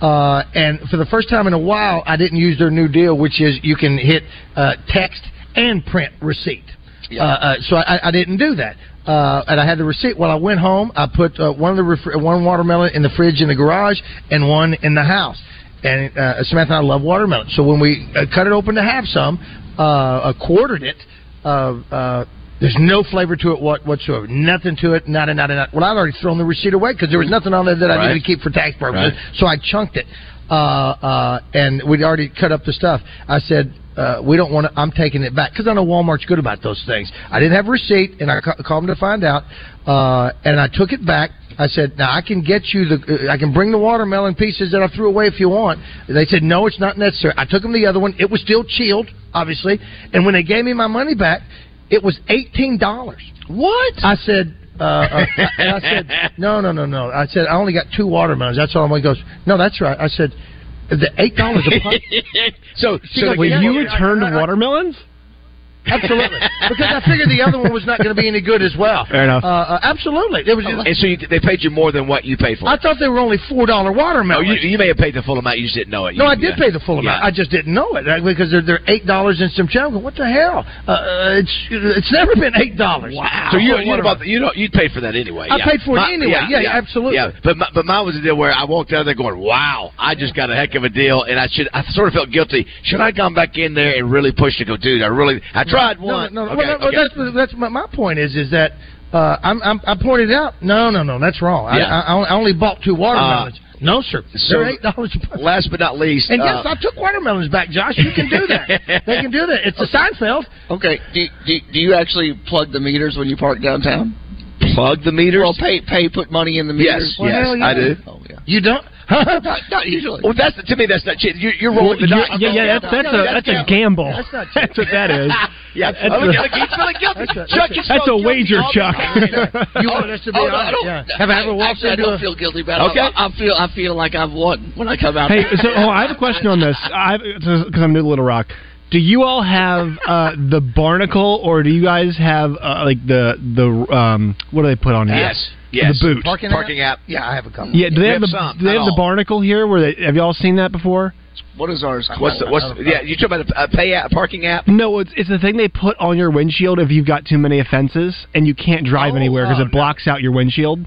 uh, and for the first time in a while, I didn't use their new deal, which is you can hit uh, text and print receipt. Uh, uh, so I, I didn't do that, uh, and I had the receipt. Well, I went home. I put uh, one of the ref- one watermelon in the fridge in the garage, and one in the house. And uh, Samantha and I love watermelon, so when we uh, cut it open to have some, uh, uh, quartered it. Uh, uh, There's no flavor to it what, whatsoever. Nothing to it. Not a, not a, not. Well, I'd already thrown the receipt away because there was nothing on there that I
Right.
needed to keep for tax purposes.
Right.
So I chunked it, uh, uh, and we'd already cut up the stuff. I said. Uh, we don't want to. I'm taking it back because I know Walmart's good about those things. I didn't have a receipt, and I ca- called them to find out, uh, and I took it back. I said, "Now I can get you the. uh, I can bring the watermelon pieces that I threw away if you want." They said, "No, it's not necessary." I took them the other one. It was still chilled, obviously, and when they gave me my money back, it was eighteen dollars. What? I said. Uh, uh, and I said, no, no, no, no. I said I only got two watermelons. That's all. I'm going. He Goes, no, that's right. I said, the eight dollars a pop.
so,
She goes, "Yeah, I- I- I-
watermelons?
Absolutely, because I figured the other one was not going to be any good as well.
Fair enough.
Uh, uh, absolutely, it was.
And so you, they paid you more than what you paid for.
I thought they were only four dollar
no,
watermelons.
Oh, you, you may have paid the full amount. You just didn't know it.
No,
You-
I did
yeah.
pay the full amount. I just didn't know it like, because they're, they're eight dollars and some change. What the hell? Uh, Uh, it's it's never been eight dollars. Wow.
So you you about you know you'd pay for that anyway.
I
yeah.
paid for it
My-
anyway. Yeah, absolutely.
Yeah, but my, but mine was a deal where I walked out of there going, "Wow, I just got a heck of a deal," and I should I sort of felt guilty. Should I have gone back in there and really pushed to go, dude? I really I tried
No,
one.
No, no,
Okay,
well, no,
okay.
that's that's my, my point is is that uh, I'm, I'm I pointed out. No, no, no, that's wrong. I
Yeah.
I, I only bought two watermelons. no, sir.
Uh, So,
they're eight dollars.
last but not least,
And
uh,
yes, I took watermelons back, Josh. You can do that. they can do that. It's a Seinfeld.
Okay, do, do, do you actually plug the meters when you park downtown?
plug the meters.
Well, pay pay put money in the meters.
yes, yes, I do.
You don't.
Not, not usually.
Well, that's to me. That's not cheating. You're, you're rolling the dice.
yeah, yeah, yeah, that's, that's a that's a gamble.
That's not
That's what that is.
Yeah,
That's
oh,
a-
yeah, he's feeling guilty. Chuck, you
That's a
felt
wager,
guilty.
Chuck.
You want us to be
Oh, no, I
honest?
don't,
yeah. Have I ever walked
actually, I
into
don't
a-
feel guilty about it.
Okay.
I, I feel I feel like I've won when I come out.
Hey, so oh, I have a question on this because I'm new to Little Rock. Do you all have uh, the barnacle, or do you guys have uh, like the the um, what do they put on here?
Yes, yes.
the boot.
Parking,
Parking app.
Yeah, I have a couple.
Yeah, do
We
they have,
have
the
some, Oh.
do they
not
have the
all.
barnacle here? Where they, have y'all seen that before?
what is ours? called?
What's the, what's the, yeah? You talking about a, a pay app, parking app?
No, it's it's the thing they put on your windshield if you've got too many offenses and you can't drive
Oh,
anywhere because
oh,
it blocks out your windshield.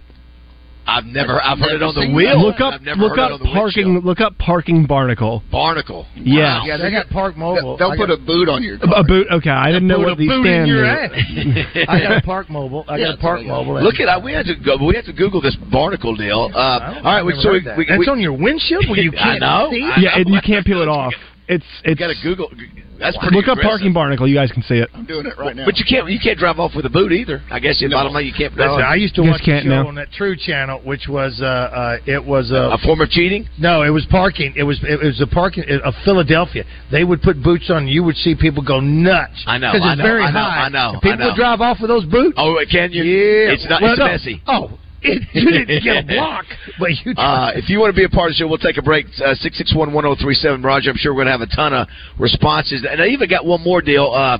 I've never. I've heard it on the
seen
wheel.
Look up
I've never
look
heard it
up
on the
parking
windshield.
look up parking barnacle.
barnacle.
Yeah.
Yeah, they got Park Mobile.
They'll- They'll
I
put
got,
a boot on your.
A boot. Okay, I didn't know
put
what
a
these
boot in
stand
your
is.
I got a Park Mobile. I
Yeah,
got a
that's
Park
what I got.
Mobile.
Look at that. We had to go. We had to Google this barnacle deal. Uh, all right. we- So we, we,
That's
we,
on your windshield where you
I
can't
know.
see.
I
Yeah,
know.
and you can't peel it off. It's
You
it's
got to Google. That's pretty.
look up
aggressive.
parking barnacle. You guys can see it.
I'm doing it right now.
But you can't. You can't drive off with a boot either. I guess. You
No.
Bottom line, you can't.
Listen, I used to
Just
watch a
can't
show
now.
on that True Channel, which was uh, uh, it was uh,
a form of cheating.
no, it was parking. It was it was the parking of Philadelphia. They would put boots on. You would see people go nuts.
I know,
because
I
it's
know,
very
I know,
high.
I know,
And people
I know.
would drive off with those boots.
Oh, can you?
yeah,
It's not.
Well,
it's
no.
messy.
Oh, it, you didn't get a block, but you.
Uh, if you want to be a part of the show, we'll take a break. Uh, Six six one one zero three seven. Roger, I'm sure we're going to have a ton of responses, and I even got one more deal. Uh,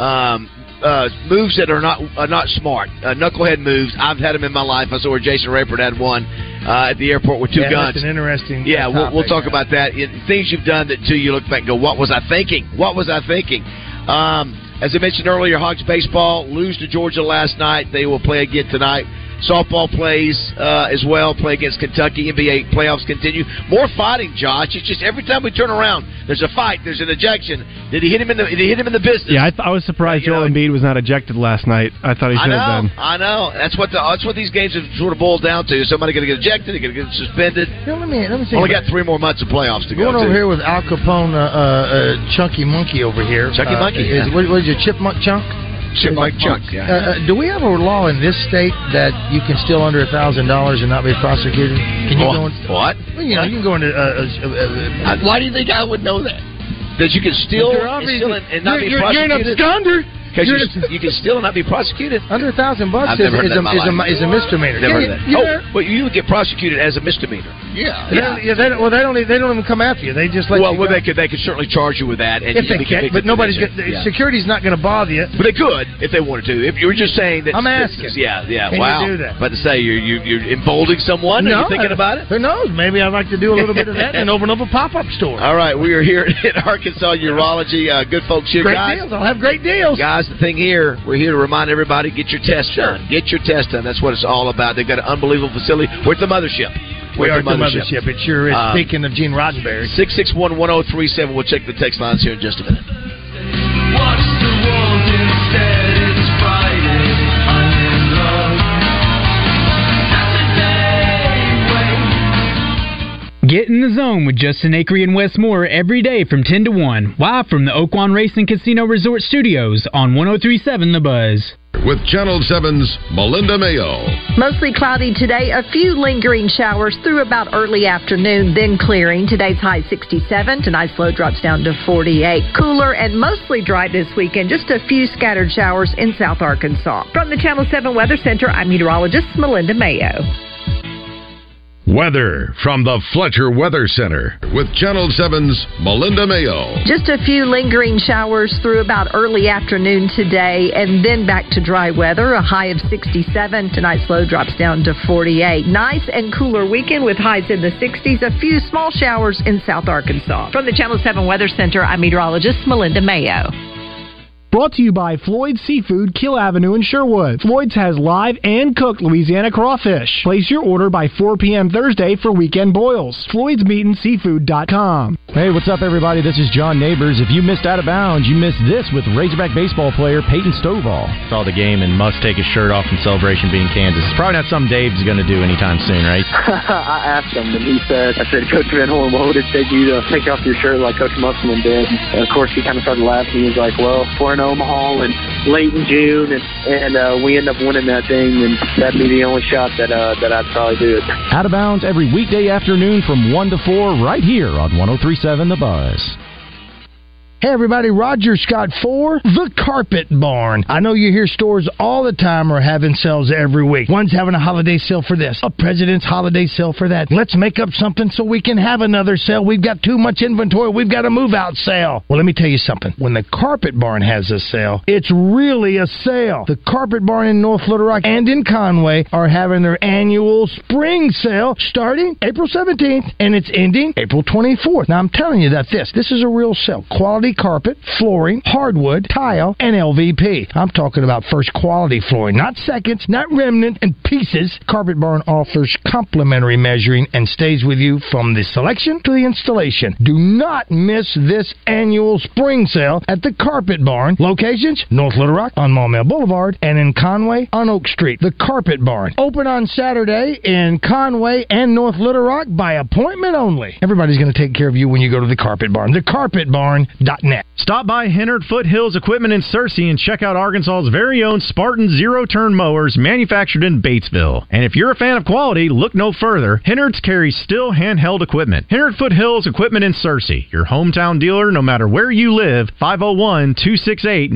um, uh, moves that are not uh, not smart, uh, knucklehead moves. I've had them in my life. I saw where Jason Rayford had one uh, at the airport with two
yeah,
guns.
That's an interesting.
Yeah,
uh,
we'll, we'll talk
topic, yeah.
about that. It- things you've done that too, you look back and go, "What was I thinking? What was I thinking?" Um, as I mentioned earlier, Hogs baseball lose to Georgia last night. They will play again tonight. Softball plays uh, as well. Play against Kentucky. NBA playoffs continue. More fighting, Josh. It's just every time we turn around, there's a fight. There's an ejection. Did he hit him in the? Did he hit him in the business?
Yeah, I, th- I was surprised
You know,
Joel Embiid was not ejected last night. I thought he
I
should have
know,
been.
I know. That's what the, that's what these games have sort of boiled down to. Somebody going to get ejected, they're going to get suspended.
Here, let me let me see.
Only got three more months of playoffs to go.
Going over
too.
here with Al Capone, uh, uh, uh, Chunky Monkey over here.
Chunky
Uh,
Monkey,
Is,
yeah.
what, what is it, Chipmunk Chunk?
Chipmunk Chunk.
Uh, uh, do we have a law in this state that you can steal under a thousand dollars and not be prosecuted? Can you go? In,
what?
well, you know, you can go into. Uh, uh, uh, uh,
Why do you think I would know that?
That you can steal,
You're
and, steal and, and not be
you're, you're, you're an
prosecuted?
absconder.
'Cause
You're
you,
an,
you can steal and not be prosecuted.
under a thousand bucks
I've
is,
never heard
is,
that
a,
in my life.
is, a, is a misdemeanor.
Never
yeah,
heard that.
you- you
Oh, well, you would get prosecuted as a misdemeanor.
Yeah.
They don't, yeah, they don't, well, they don't. e, They don't even come after you. They just let
well,
you
well,
go.
they could they could certainly charge you with that, and you'd
if they
be
can.
convicted
But
of
nobody's
it.
gonna,
Yeah.
security's not going to bother you.
But they could if they wanted to. If you were just saying that,
I'm
that-
asking.
yeah, yeah.
Can you
wow.
do that?
But to say you're you, you're emboldening someone, are you thinking about it?
Who knows? Maybe I'd like to do a little bit of that and open up a pop up store.
All right, we are here at Arkansas Urology. Uh, good folks here,
great
guys.
deals. I'll have great deals.
Guys, the thing here, we're here to remind everybody get your test done. Get your test done. That's what it's all about. They've got an unbelievable facility. We're at the mothership.
we
We're
are
at
the mothership. It sure is.
Um,
Speaking of Gene Roddenberry.
661 1037. We'll check the text lines here in just a minute.
Watch the world instead, it's bright.
Get in the zone with Justin Akery and Wes Moore every day from 10 to 1, live from the Oakwan Racing Casino Resort Studios on 1037 The Buzz.
With Channel 7's Melinda Mayo.
Mostly cloudy today, a few lingering showers through about early afternoon, then clearing. Today's high 67, tonight's low drops down to 48. Cooler and mostly dry this weekend, just a few scattered showers in South Arkansas. From the Channel 7 Weather Center, I'm meteorologist Melinda Mayo.
Weather from the Fletcher Weather Center with Channel 7's Melinda Mayo.
Just a few lingering showers through about early afternoon today, and then back to dry weather. A high of 67. Tonight's low drops down to 48. Nice and cooler weekend with highs in the 60s. A few small showers in South Arkansas. From the Channel 7 Weather Center, I'm meteorologist Melinda Mayo.
Brought to you by Floyd's Seafood, Kill Avenue in Sherwood. Floyd's has live and cooked Louisiana crawfish. Place your order by 4 p.m. Thursday for weekend boils. Floyd'sMeatandSeafood.com.
Hey, what's up, everybody? This is John Neighbors. If you missed Out of Bounds, you missed this with Razorback baseball player Peyton Stovall. Saw the game and must take his shirt off in celebration being Kansas. It's probably not something Dave's going to do anytime soon, right?
I asked him, and he said, I said, Coach Van Horn, what would it take you to take off your shirt like Coach Musselman did? And of course, he kind of started laughing. He was like, well, for an Omaha and late in June, and, and uh, we end up winning that thing, and that'd be the only shot that, uh, that I'd probably do it.
Out of Bounds every weekday afternoon from 1 to 4 right here on 1037 The Buzz.
Hey everybody, Roger Scott for The Carpet Barn. I know you hear stores all the time are having sales every week. One's having a holiday sale for this, a president's holiday sale for that. Let's make up something so we can have another sale. We've got too much inventory. We've got a move out sale. Well, let me tell you something. When the Carpet Barn has a sale, it's really a sale. The Carpet Barn in North Little Rock and in Conway are having their annual spring sale starting April 17th and it's ending April 24th. Now I'm telling you that this, this is a real sale. Quality carpet, flooring, hardwood, tile, and LVP. I'm talking about first quality flooring, not seconds, not remnant and pieces. Carpet Barn offers complimentary measuring and stays with you from the selection to the installation. Do not miss this annual spring sale at the Carpet Barn. Locations North Little Rock on Maumelle Boulevard and in Conway on Oak Street. The Carpet Barn. Open on Saturday in Conway and North Little Rock by appointment only. Everybody's going to take care of you when you go to the Carpet Barn. The Carpet Barn.
Stop by Hennard Foothills Equipment in Searcy and check out Arkansas's very own Spartan zero turn mowers manufactured in Batesville. And if you're a fan of quality, look no further. Hennard's carries still handheld equipment. Hennard Foothills Equipment in Searcy, your hometown dealer no matter where you live, 501 268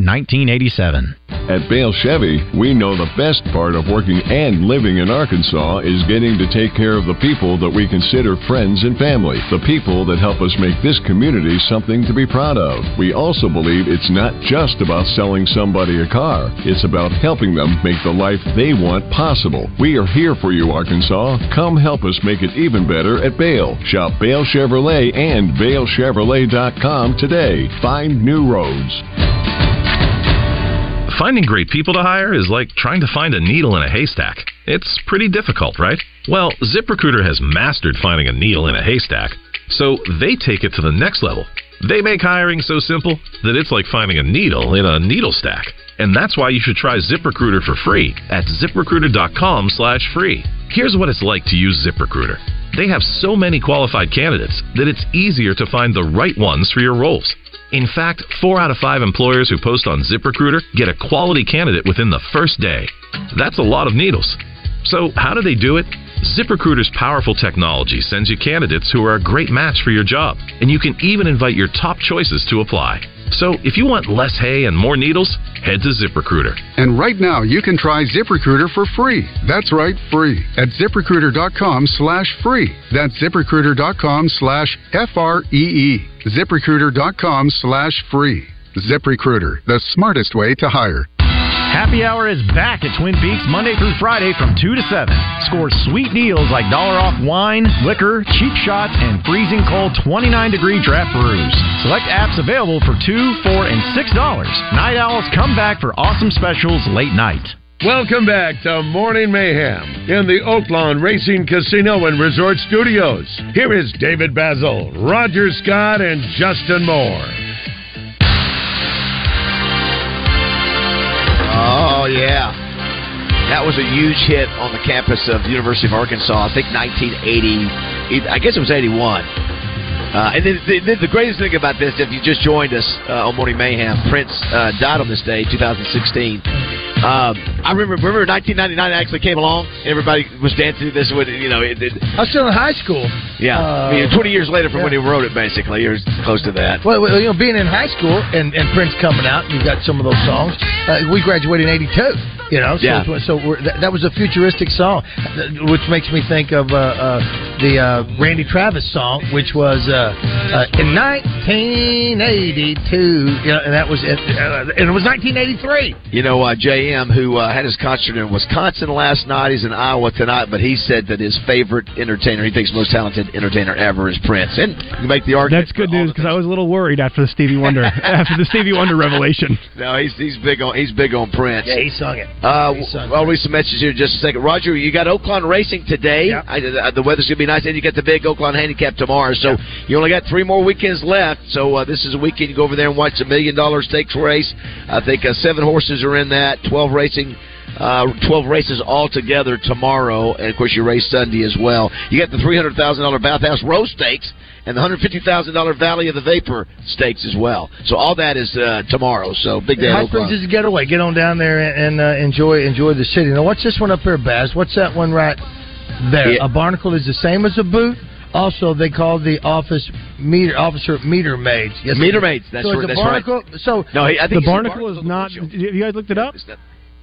1987.
At Bale Chevy, we know the best part of working and living in Arkansas is getting to take care of the people that we consider friends and family, the people that help us make this community something to be proud of. We also believe it's not just about selling somebody a car, it's about helping them make the life they want possible. We are here for you, Arkansas. Come help us make it even better at Bale. Shop Bale Chevrolet and BaleChevrolet.com today. Find new roads.
Finding great people to hire is like trying to find a needle in a haystack. It's pretty difficult, right? Well, ZipRecruiter has mastered finding a needle in a haystack, so they take it to the next level. They make hiring so simple that it's like finding a needle in a needle stack. And that's why you should try ZipRecruiter for free at ziprecruiter.com slash free. Here's what it's like to use ZipRecruiter. They have so many qualified candidates that it's easier to find the right ones for your roles. In fact, four out of five employers who post on ZipRecruiter get a quality candidate within the first day. That's a lot of needles. So, how do they do it? ZipRecruiter's powerful technology sends you candidates who are a great match for your job, and you can even invite your top choices to apply. So, if you want less hay and more needles, head to ZipRecruiter.
And right now, you can try ZipRecruiter for free. That's right, free. At ZipRecruiter.com slash free. That's ZipRecruiter.com slash F-R-E-E. E. ZipRecruiter.com slash free. ZipRecruiter, the smartest way to hire.
Happy Hour is back at Twin Peaks Monday through Friday from 2 to 7. Score sweet deals like dollar off wine, liquor, cheap shots, and freezing cold 29 degree draft brews. Select apps available for 2 4 and $6. Night Owls come back for awesome specials late night.
Welcome back to Morning Mayhem in the Oaklawn Racing Casino and Resort Studios. Here is David Basil, Roger Scott, and Justin Moore.
Oh yeah, that was a huge hit on the campus of the University of Arkansas. I think 1980. either, I guess it was 81. Uh, and then, the, the greatest thing about this, if you just joined us uh, on Morning Mayhem, Prince uh, died on this day, 2016. Um, I remember, remember 1999 actually came along. Everybody was dancing to this. When, you know, it, it,
I was still uh, in high school.
yeah, I mean, 20 years later from when he wrote it, basically, or close to that.
Well, well, you know, being in high school and, and Prince coming out, you've got some of those songs. Uh, we graduated in '82, you know, so,
Yeah.
so we're, that, that was a futuristic song, th- which makes me think of uh, uh, the uh, Randy Travis song, which was uh, uh, in 1982, you know, and that was it, uh, and it was 1983.
You know, uh, JM, who uh, had his concert in Wisconsin last night, he's in Iowa tonight, but he said that his favorite entertainer, he thinks most talented entertainer ever is Prince. And you make the argument.
That's good news because I was a little worried after the Stevie Wonder after the Stevie Wonder revelation.
No, he's he's big on he's big on Prince.
Yeah, he sung it.
Uh, I'll read some messages here in just a second. Roger, you got Oakland racing today. I, the the weather's gonna be nice, and you got the big Oakland handicap tomorrow. So you only got three more weekends left. So uh, this is a weekend you go over there and watch the million dollar stakes race. I think uh, seven horses are in that. Twelve racing. Uh, 12 races altogether tomorrow, and of course you race Sunday as well. You got the $300,000 Bathhouse Row Stakes and the $150,000 Valley of the Vapor Stakes as well. So all that is uh, tomorrow. So big day. at
My
Oakland.
Springs is a getaway. Get on down there and, and uh, enjoy enjoy the city. Now, what's this one up here, Baz? What's that one right there? A barnacle is the same as a boot. Also, they call the office meter officer meter maids.
Meter maids, that's
so
right,
The
that's right.
barnacle. So
No, he- I think
the
he said
barnacle is not. You guys looked it up.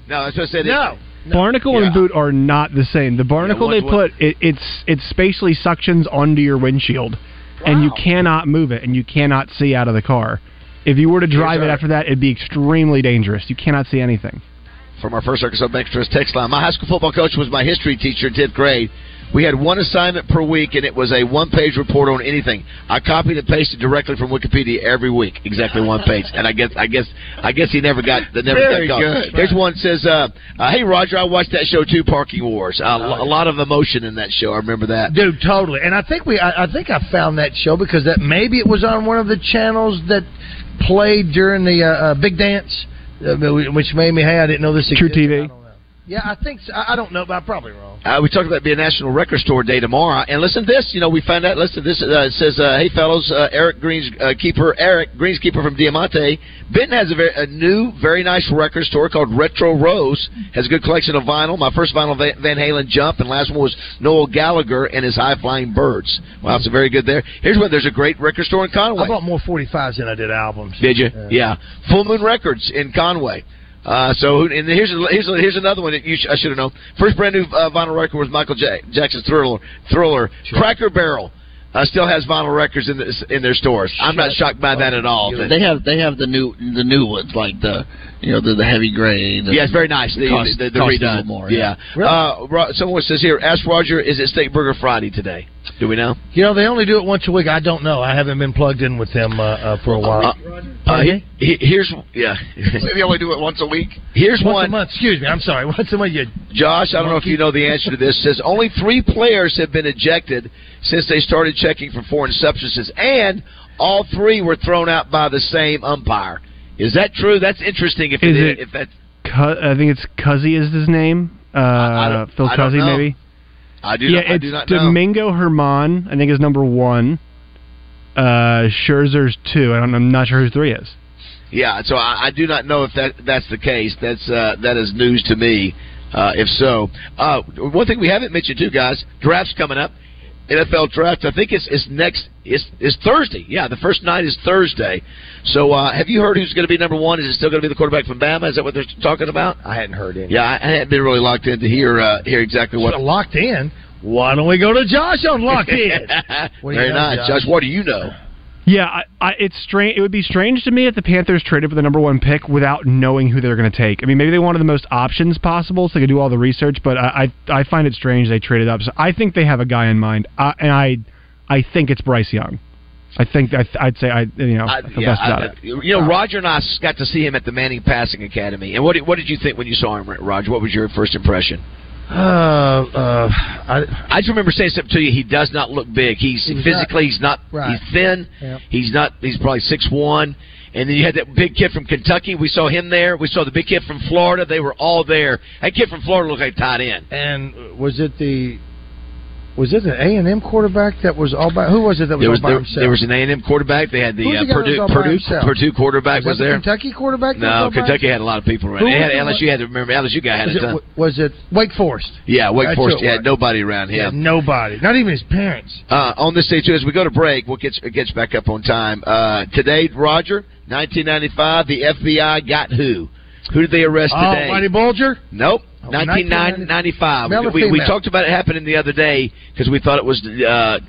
No, that's what I said.
No.
Barnacle and boot are not the same. The barnacle
Yeah,
they
what- what-
put it, it's it spatially suctions onto your windshield, and you cannot move it, and you cannot see out of the car. If you were to drive it
sir.
after that, it'd be extremely dangerous. You cannot see anything.
From our first Arkansas Bank Trust text line. My high school football coach was my history teacher in 10th grade. We had one assignment per week, and it was a one page report on anything. I copied and pasted directly from Wikipedia every week, exactly one page. And I guess, I guess, I guess he never got the never
Very
got caught.
good.
Here's one that says, uh, uh, "Hey Roger, I watched that show too, Parking Wars. Uh,
Oh,
lo- A lot of emotion in that show. I remember that.
Dude, totally. And I think we, I, I think I found that show because that maybe it was on one of the channels that played during the uh, uh, big dance, uh, which made me, hey, I didn't know this
True TV.
existed. Yeah, I think so. I, I don't know, but I'm probably wrong.
Uh, we talked about being National Record Store Day tomorrow, and listen to this. You know, we found out. Listen to this. Uh, it says, uh, "Hey fellows, uh, Eric Greens uh, keeper, Eric Greenskeeper from Diamante, Benton has a, very, a new, very nice record store called Retro Rose. Has a good collection of vinyl. My first vinyl Van, Van Halen Jump, and last one was Noel Gallagher and his High Flying Birds. Wow, so very good there. Here's one. There's a great record store in Conway.
I bought more 45s than I did albums.
Did you? Yeah. Full Moon Records in Conway. Uh, so who- and here's here's here's another one that you sh- I should have known. First brand new uh, vinyl record was Michael J- Jackson's Thriller. Thriller. Cracker Barrel uh, still has vinyl records in this, in their stores. I'm not shocked by that at all.
They have they have the new the new ones like the you know the, the heavy gray. The,
yeah, it's very nice. The,
cost-
the, the,
cost a little
redone.
more.
yeah. Uh, Ro- someone says here, ask Roger, is it Steak Burger Friday today? Do we know?
You know, they only do it once a week. I don't know. I haven't been plugged in with them uh, uh, for a while.
Uh, he- he- here's yeah.
They only do it once a week.
Here's
once
one-
a month. Excuse me. I'm sorry. Once a month. You,
Josh, I don't know if you know the answer to this. Says only three players have been ejected since they started checking for foreign substances, and all three were thrown out by the same umpire. Is that true? That's interesting. If
Is
it,
it-
if that's
Cu- I think it's Cuzzy is his name. Uh,
don't-
Phil
I don't
Cuzzy,
know.
maybe.
I do.
yeah,
not, I
it's
do not know.
Domingo Herman. I think is number one. Uh, Scherzer's two. I don't. I'm not sure who three is.
Yeah, so I, I do not know if that that's the case. That's uh, that is news to me. Uh, if so, uh, one thing we haven't mentioned too, guys, drafts coming up. NFL draft. I think it's it's next. It's it's Thursday. Yeah, the first night is Thursday. So uh, have you heard who's going to be number one? Is it still going to be the quarterback from Bama? Is that what they're talking about?
I hadn't heard any.
Yeah, I I hadn't been really locked in to hear uh, hear exactly what.
Sort of locked in. Why don't we go to Josh on Locked In? What do you
Very
know,
nice,
Josh?
Josh. What do you know?
Yeah, I, I, it's strange. It would be strange to me if the Panthers traded for the number one pick without knowing who they're going to take. I mean, maybe they wanted the most options possible, so they could do all the research. But I, I, I find it strange they traded up. So I think they have a guy in mind, I, and I, I think it's Bryce Young. I think I, I'd say I, you know, I, feel best
I-
about
I-
it.
You know, Roger and I s- got to see him at the Manning Passing Academy. And what did, what did you think when you saw him, Roger? What was your first impression?
Uh, uh, I,
I just remember saying something to you. He does not look big. He's
He's
physically, he's not.
Right.
He's thin.
Yep.
He's not. He's probably six one. And then you had that big kid from Kentucky. We saw him there. We saw the big kid from Florida. They were all there. That kid from Florida looked like tight end.
and was it the Was it an A and M quarterback that was all by? Who was it that was,
There was
all by
there,
himself?
there was an A and M quarterback. They had the,
Who's
uh,
the guy that was
Purdue
all by
Purdue
himself?
Purdue quarterback
Was
was,
that the
there.
Kentucky quarterback?
No,
that was all by
Kentucky had a lot of people around.
Who
They had
was
LSU had to remember LSU guy had a ton.
Was it, was it Wake Forest?
Yeah, Wake
That's
Forest
who it
had
was.
nobody around him.
Nobody, not even his parents.
Uh, on this day too, as we go to break, we'll get it gets back up on time. Uh, today, Roger, 1995, the FBI got who? Who did they arrest
Oh,
today?
Whitey Bulger.
Nope.
Oh,
1995.
Male or
We, we
female?
talked about it happening the other day because we thought it was uh,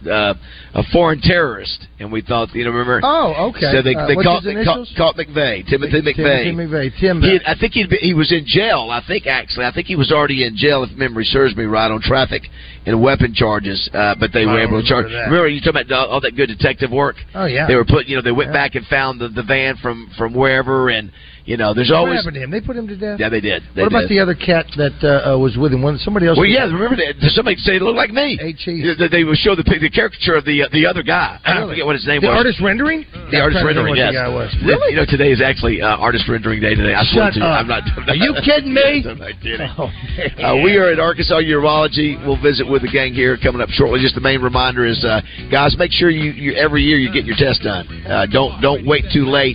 uh, a foreign terrorist, and we thought, you know, remember?
Oh, okay.
So they,
Uh,
they
what's
caught,
his
they caught,
initials?
caught McVeigh, Timothy McVeigh.
Timothy McVeigh. Tim. uh,
He had- I think he'd be, he was in jail. I think actually, I think he was already in jail if memory serves me right on traffic and weapon charges. Uh, but they
I
were
don't
able to charge.
remember
Remember,
that.
you talking about all that good detective work?
Oh yeah.
They were put. You know, they went
Yeah.
back and found the, the van from from wherever, and you know, oh, there's
what
always.
happened to him? They put him to death.
Yeah, they did. They
what about
did.
the other cat that uh, uh, was with him? When somebody else.
Well,
was-
yeah, remember that that somebody said it looked like me. They, they would show the pic- the caricature of the uh, the other guy. I
Really?
forget what his name
the
was.
artist rendering.
the
I'm
artist
trying to remember
rendering.
what
Yes.
The guy was.
Really? You know, today is actually uh, artist rendering day today. I swear
Shut
to you,
up.
I'm not. I'm not-
Are you kidding me?
I'm not kidding.
Oh,
Uh, we are at Arkansas Urology. We'll visit with the gang here coming up shortly. Just the main reminder is, uh, guys, make sure you, you every year you get your test done. Uh, don't don't wait too late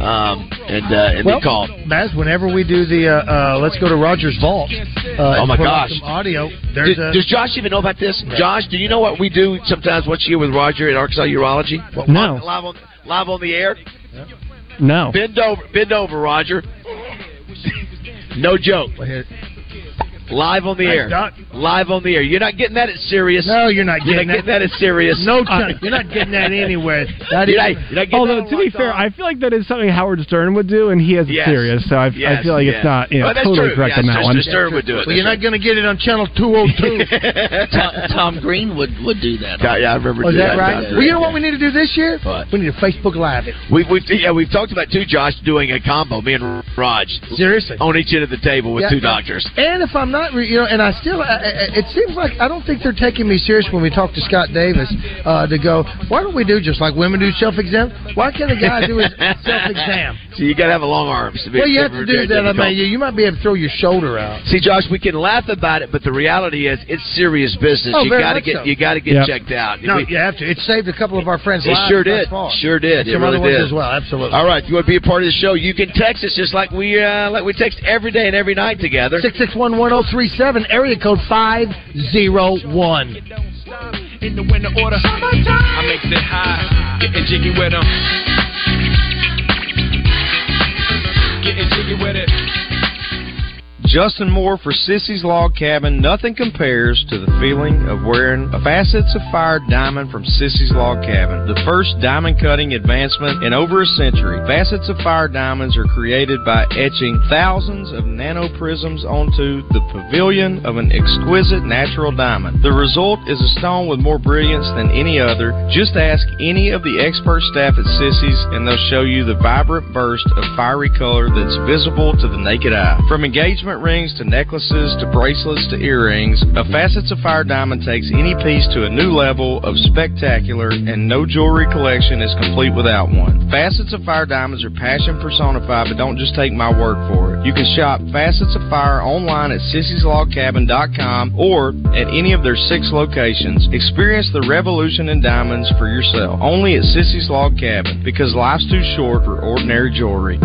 um, and uh, and
well,
be called.
Baz, whenever we do the uh, uh, let's go to Rogers Vault. Uh,
Oh, my
and pull out
gosh.
Some audio. There's
does,
a,
does Josh even know about this? Josh, do you know what we do sometimes once a year with Roger at Arkansas Urology?
No.
Live on live on the air.
No.
Bend over, bend over, Roger. no joke. Live on the
Nice
air. Live on the air. You're not getting that at Sirius.
No, you're not
You're
getting
not getting that
that.
at Sirius.
No, Chuck, you're not getting that anywhere. That
You're not- you're
is-
not getting
Although
that
to be fair, I feel like that is something Howard Stern would do, and he isn't
uh, Yes.
serious, so I, I
Yes,
feel like
yes.
it's not you know,
Oh, that's
totally
true.
correct
Yeah,
on that
it's
one.
just a Stern would do it.
Well, you're not going to get it on channel 202.
Tom, Tom Green would, would do that.
Yeah, yeah, I remember.
Was
doing
Oh, that right? Well, you know what we need to do this year? We need to Facebook Live it.
We've, we've yeah we've talked about too, Josh, doing a combo. Me and Raj.
Seriously.
On each end of the table with
Yeah.
two doctors.
And if I'm not, re- you know, and I still, I, I- it seems like I don't think they're taking me serious when we talk to Scott Davis uh, to go. Why don't we do just like women do self-exam? Why can't a guy do his self-exam?
So you got to have a long arm. to be-
Well, you have to
be
do that. I
difficult.
mean, you, you might be able to throw your shoulder out.
See, Josh, we can laugh about it, but the reality is, it's serious business.
Oh,
you
very
gotta
much
get
so.
you got to get
Yep.
checked out.
No,
We-
you have to. It saved a couple of our friends'
It
lives.
sure did.
thus far.
Sure did.
And
It
some
really
other ones
did.
as well. Absolutely.
All right, if you want to be a part of the show, you can text us just like we uh, like we text every day and every night together.
Six six one one zero three seven area code five zero one.
in the winter order. I makes it high, getting jiggy with 'em. Getting jiggy with it.
Justin Moore for Sissy's Log Cabin. Nothing compares to the feeling of wearing a Facets of Fire diamond from Sissy's Log Cabin. The first diamond cutting advancement in over a century. Facets of Fire diamonds are created by etching thousands of nanoprisms onto the pavilion of an exquisite natural diamond. The result is a stone with more brilliance than any other. Just ask any of the expert staff at Sissy's and they'll show you the vibrant burst of fiery color that's visible to the naked eye. From engagement rings to necklaces to bracelets to earrings, a Facets of Fire diamond takes any piece to a new level of spectacular, and no jewelry collection is complete without one. Facets of Fire diamonds are passion personified, but don't just take my word for it. You can shop Facets of Fire online at sissyslogcabin.com or at any of their six locations. Experience the revolution in diamonds for yourself. Only at Sissy's Log Cabin, because life's too short for ordinary jewelry.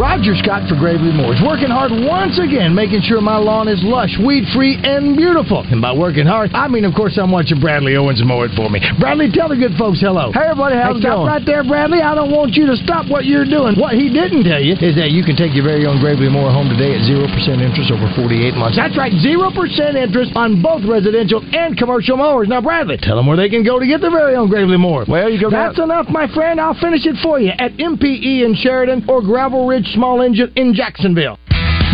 Roger Scott for Grave Remorse, working hard once again, making sure my lawn is lush, weed free, and beautiful. And by working hard, I mean, of course, I'm watching Bradley Owens mow it for me. Bradley, tell the good folks hello.
Hey, everybody, how's it
hey, stop
going?
right there, Bradley. I don't want you to stop what you're doing. What he didn't tell you is that you can take your very own Gravely Moore home today at 0% interest over 48 months. That's right, 0% interest on both residential and commercial mowers. Now, Bradley, tell them where they can go to get their very own Gravely Moore. Well, you go That's enough, my friend. I'll finish it for you at MPE in Sheridan or Gravel Ridge Small Engine in Jacksonville.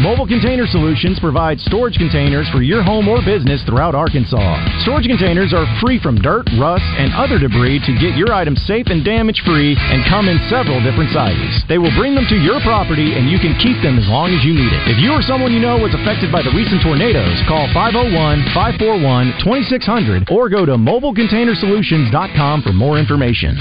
Mobile Container Solutions provides storage containers for your home or business throughout Arkansas. Storage containers are free from dirt, rust, and other debris to get your items safe and damage free and come in several different sizes. They will bring them to your property and you can keep them as long as you need it. If you or someone you know was affected by the recent tornadoes, call 501 541 2600 or go to mobilecontainersolutions.com for more information.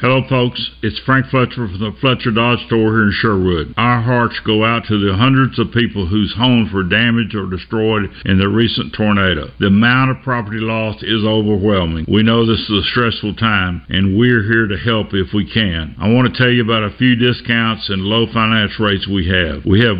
Hello, folks. It's Frank Fletcher from the Fletcher Dodge store here in Sherwood. Our hearts go out to the hundreds of people whose homes were damaged or destroyed in the recent tornado. The amount of property lost is overwhelming. We know this is a stressful time, and we're here to help if we can. I want to tell you about a few discounts and low finance rates we have. We have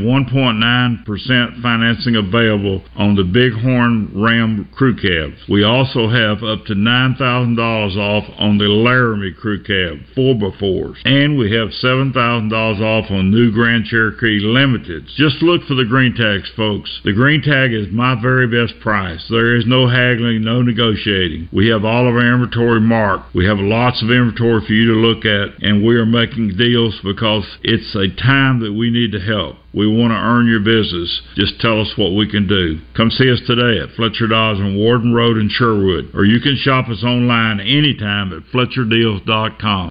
1.9% financing available on the Bighorn Ram crew cabs. We also have up to $9,000 off on the Laramie crew cab 4x4s. And we have $7,000 off on new Grand Cherokee Limiteds. Just look for the green tags, folks. The green tag is my very best price. There is no haggling, no negotiating. We have all of our inventory marked. We have lots of inventory for you to look at, and we are making deals because it's a time that we need to help. We want to earn your business. Just tell us what we can do. Come see us today at Fletcher Dodge on Warden Road in Sherwood, or you can shop us online anytime at FletcherDeals.com.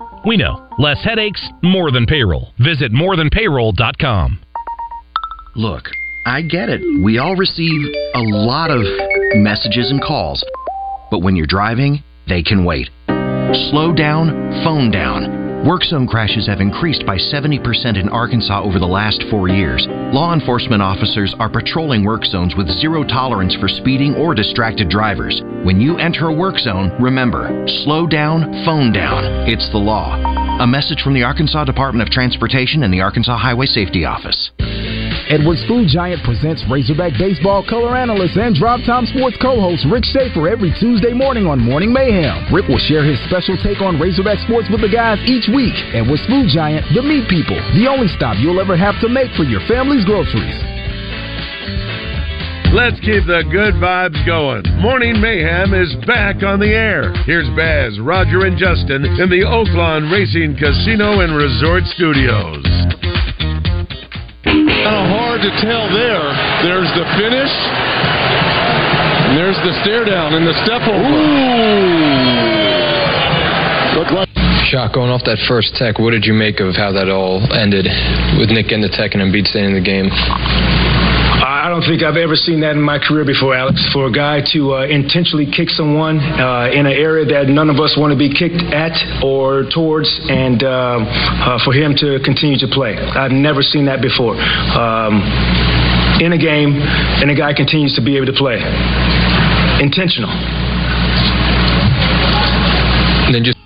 we know. Less headaches, more than payroll. Visit morethanpayroll.com.
Look, I get it. We all receive a lot of messages and calls. But when you're driving, they can wait. Slow down, phone down. Work zone crashes have increased by 70% in Arkansas over the last four years. Law enforcement officers are patrolling work zones with zero tolerance for speeding or distracted drivers. When you enter a work zone, remember slow down, phone down. It's the law. A message from the Arkansas Department of Transportation and the Arkansas Highway Safety Office.
Edwards Food Giant presents Razorback Baseball color analyst and Drop Time Sports co-host Rick Schaefer every Tuesday morning on Morning Mayhem. Rick will share his special take on Razorback sports with the guys each week. Edwards Food Giant, the meat people, the only stop you'll ever have to make for your family's groceries.
Let's keep the good vibes going. Morning Mayhem is back on the air. Here's Baz, Roger, and Justin in the Oakland Racing Casino and Resort Studios.
Kind of hard to tell there. There's the finish. And there's the stare down and the step over.
Shot going off that first tech, what did you make of how that all ended with Nick getting the tech and Embiid staying in the game?
I I don't think I've ever seen that in my career before, Alex. For a guy to uh, intentionally kick someone uh, in an area that none of us want to be kicked at or towards, and um, uh, for him to continue to play, I've never seen that before. Um, in a game, and a guy continues to be able to play. Intentional.
And then just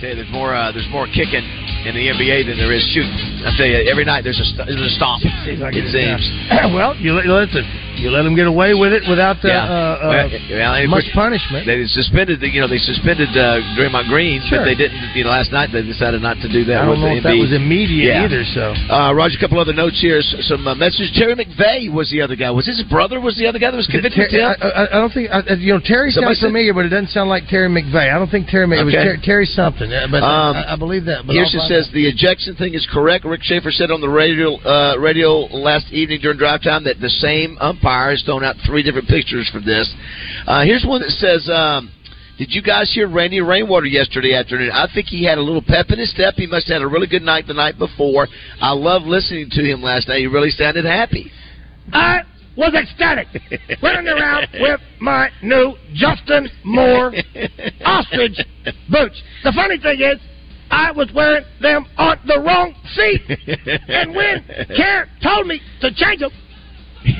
Tell you, there's more. Uh, there's more kicking in the NBA than there is shooting. I tell you, every night there's a st- there's a stomp. it seems.
well, you let, listen, you let them get away with it without uh,
Yeah.
uh, uh,
Well, and of
much
course,
punishment.
They suspended. The, you know, they suspended uh, Draymond Green, but
Sure.
they didn't. You know, last night they decided not to do that.
I
with
don't know
the
if that
Embiid.
was immediate
Yeah.
either. So
Uh, Roger, a couple other notes here. S- Some uh, messages. Terry McVeigh was the other guy. Was his brother? Was the other guy that was convicted?
Ter-
of
I,
death?
I, I don't think I, I- you know Terry
Somebody said-
sounds familiar, but it doesn't sound like Terry McVeigh. I don't think Terry. McVeigh. It was
Okay.
Ter- Terry something, uh, but
Um,
I, I believe that. But
Houston
I'll-
says the ejection thing is correct. Rick Schaefer said on the radio uh, radio last evening during drive time that the same umpire has thrown out three different pictures for this. Uh, here's one that says, um, "Did you guys hear Randy Rainwater yesterday afternoon? I think he had a little pep in his step. He must have had a really good night the night before. I love listening to him last night. He really sounded happy."
I was ecstatic running around with my new Justin Moore ostrich boots. The funny thing is, I was wearing them on the wrong seat. And when Karen told me to change them,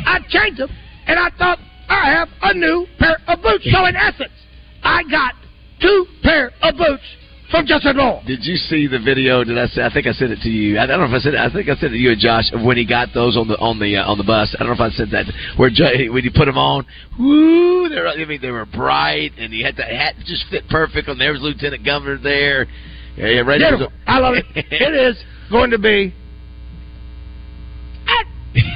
I changed them, and I thought, I have a new pair of boots. So, in essence, I got two pair of boots from Justin Moore.
Did you see the video? Did I say? I think I sent it to you. I don't know if I said it. I think I sent it to you and Josh of when he got those on the on the uh, on the bus. I don't know if I said that. Where Jo- when you put them on, woo! They're I mean they were bright and he had the hat just fit perfect. And there was Lieutenant Governor there. Yeah, yeah, ready to go.
Beautiful. I love it. It is going to be.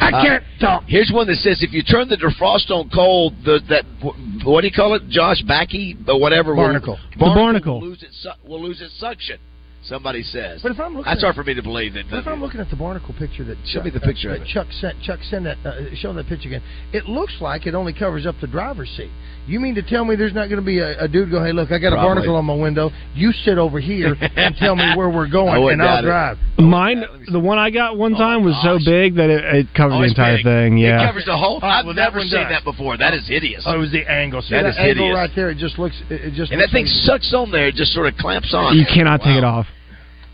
I can't talk.
Uh, Here's one that says if you turn the defrost on cold, the that wh- what do you call it, Josh? Backy or whatever. will-
Barnacle. The barnacle.
will lose its su- will lose its suction. Somebody says.
But if I'm looking
That's
at-
hard for me to believe that.
But if I'm looking at the barnacle picture that
Show
Chuck,
me the picture
uh,
of it.
Chuck sent, Chuck send that, uh, show that picture again. It looks like it only covers up the driver's seat. You mean to tell me there's not going to be a, a dude go, hey, look, I got
Probably.
a barnacle on my window. You sit over here and tell me where we're
I
going,
wouldn't
and I'll
doubt it.
Oh, drive.
Oh,
Mine, the one I got one time was so big that it, it covered the entire thing. Yeah,
Oh, It covers the whole. I've
well, that
never
one
seen
does.
that before. That is hideous.
Oh, it was the angle. See,
That
that
is
angle
hideous.
right there, it just looks. It it just
And that
looks
thing
like-
sucks on there. It just sort of clamps on.
you cannot take it off.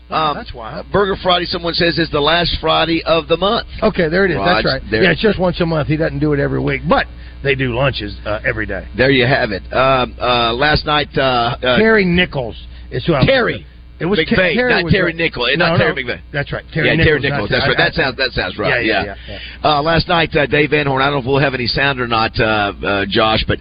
that's why Um, Burger Friday. Someone says is the last Friday of the month.
Okay, there it is.
Raj,
That's right.
there-
Yeah, it's just once a month. He doesn't do it every week, but they do lunches uh, every day.
There you have it. Um, uh, last night, uh, uh,
Terry Nichols is who I'm.
Terry.
It was
McVeigh,
Ter- Terry eh,
not
was
Terry
right.
Nichol,
No,
not
no,
Terry McVeigh.
That's right. Terry
yeah,
Nichols.
Terry Nichols. That's right. That sounds that sounds right.
Yeah,
Yeah.
yeah, yeah,
Uh, last night, uh, Dave Van Horn. I don't know if we'll have any sound or not, uh, uh, Josh, but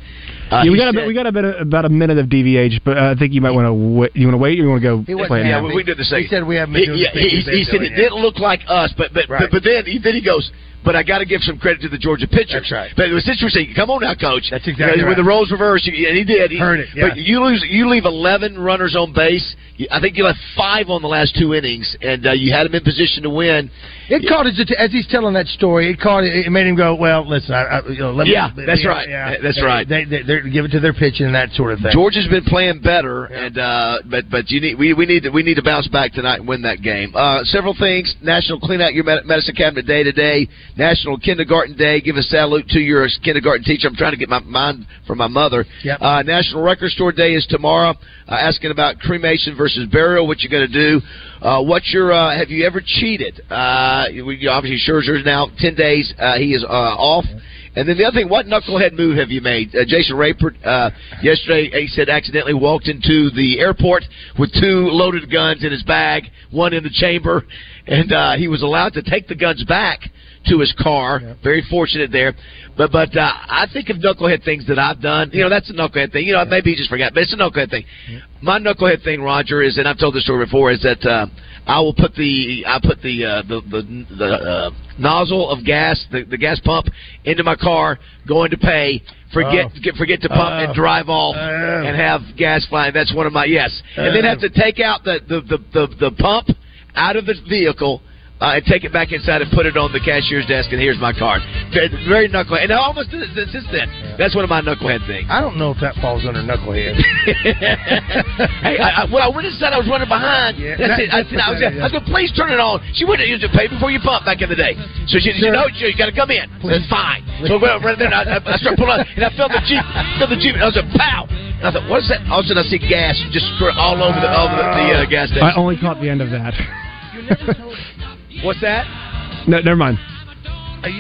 uh,
yeah, we
he
got a
said-
bit, we got a bit about a minute of DVH, but uh, I think you might want to wait. You want to wait, or you want to go play it
yeah,
now?
we, we did the same. He said
we haven't
been doing
yeah,
the
he,
same thing
he
they've
said
done
it didn't look like us, but but but, but then he, then he goes. But I got to give some credit to the Georgia pitchers. That's right. But it was interesting. Come on now, coach. That's
exactly
When
right.
the roles reversed, you, and he did. He,
Heard it,
But you lose. You leave eleven runners on base. You- I think you left five on the last two innings, and uh, you had him in position to win.
It caught his att- as he's telling that story. It caught it made him go. Well, listen, I, I, you know, let me.
Yeah, that's right. That's right.
They, they, they give it to their pitching and that sort of thing.
Georgia's been playing better, and uh, but but you need we, we need to we need to bounce back tonight and win that game. Uh, several things: National Clean Out Your Med- Medicine Cabinet Day today, National Kindergarten Day. Give a salute to your kindergarten teacher. I'm trying to get my mind from my mother.
Yep.
Uh, National Record Store Day is tomorrow. Uh, asking about cremation versus burial, what you're going to do. Uh, what's your? Uh, have you ever cheated? Uh, we obviously Scherzer's now ten days. Uh, he is uh, off. And then the other thing, what knucklehead move have you made? Uh, Jason Rayford uh, yesterday, he said accidentally walked into the airport with two loaded guns in his bag, one in the chamber, and uh, he was allowed to take the guns back to his car. Very fortunate there. But but uh, I think of knucklehead things that I've done. You know, that's a knucklehead thing. You know, maybe he just forgot, but it's a knucklehead thing. My knucklehead thing, Roger, is, and I've told this story before, is that uh, I will put the I put the uh, the the, the uh, nozzle of gas, the, the gas pump, into my car, going to pay. Forget
Oh.
get, forget to pump
Oh.
and drive off
Oh.
and have gas flying. That's one of my yes, and then have to take out the the the, the, the pump out of the vehicle uh, and take it back inside and put it on the cashier's desk. And here's my card. Very, very knucklehead. And I almost did it since since then. That's one of my knucklehead things.
I don't know if that falls under knucklehead.
hey, I, I, when I went inside, I was running behind.
Yeah,
That's
that-
it. I, said, I, was,
yeah, yeah.
I said, please turn it on. She wouldn't have used to pay before you pump back in the day. So she said, no, you got to come in. That's fine. So I went over there, and I, I started pulling out, and I felt the Jeep, felt the Jeep, and I was like, pow. And I thought, what is that? All of a sudden, I see gas just squirt all over the, all over the, the uh, gas
I
station.
only caught the end of that.
What's that?
no, never mind.
I,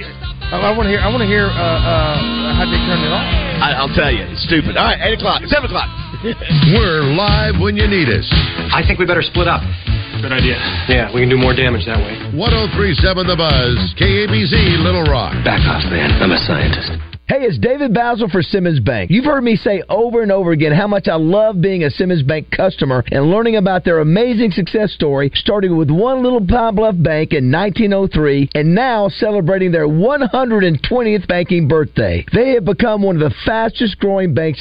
I want to hear. I want to hear uh, uh, how they turn it off.
I, I'll tell you. It's stupid. All right, 8 o'clock, 7 o'clock.
We're live when you need us.
I think we better split up.
Good idea.
Yeah, we can do more damage that way.
1037 The Buzz, KABZ Little Rock.
Back off, man. I'm a scientist.
Hey, it's David Basil for Simmons Bank. You've heard me say over and over again how much I love being a Simmons Bank customer and learning about their amazing success story, starting with one little Pine Bluff bank in 1903 and now celebrating their 120th banking birthday. They have become one of the fastest growing banks in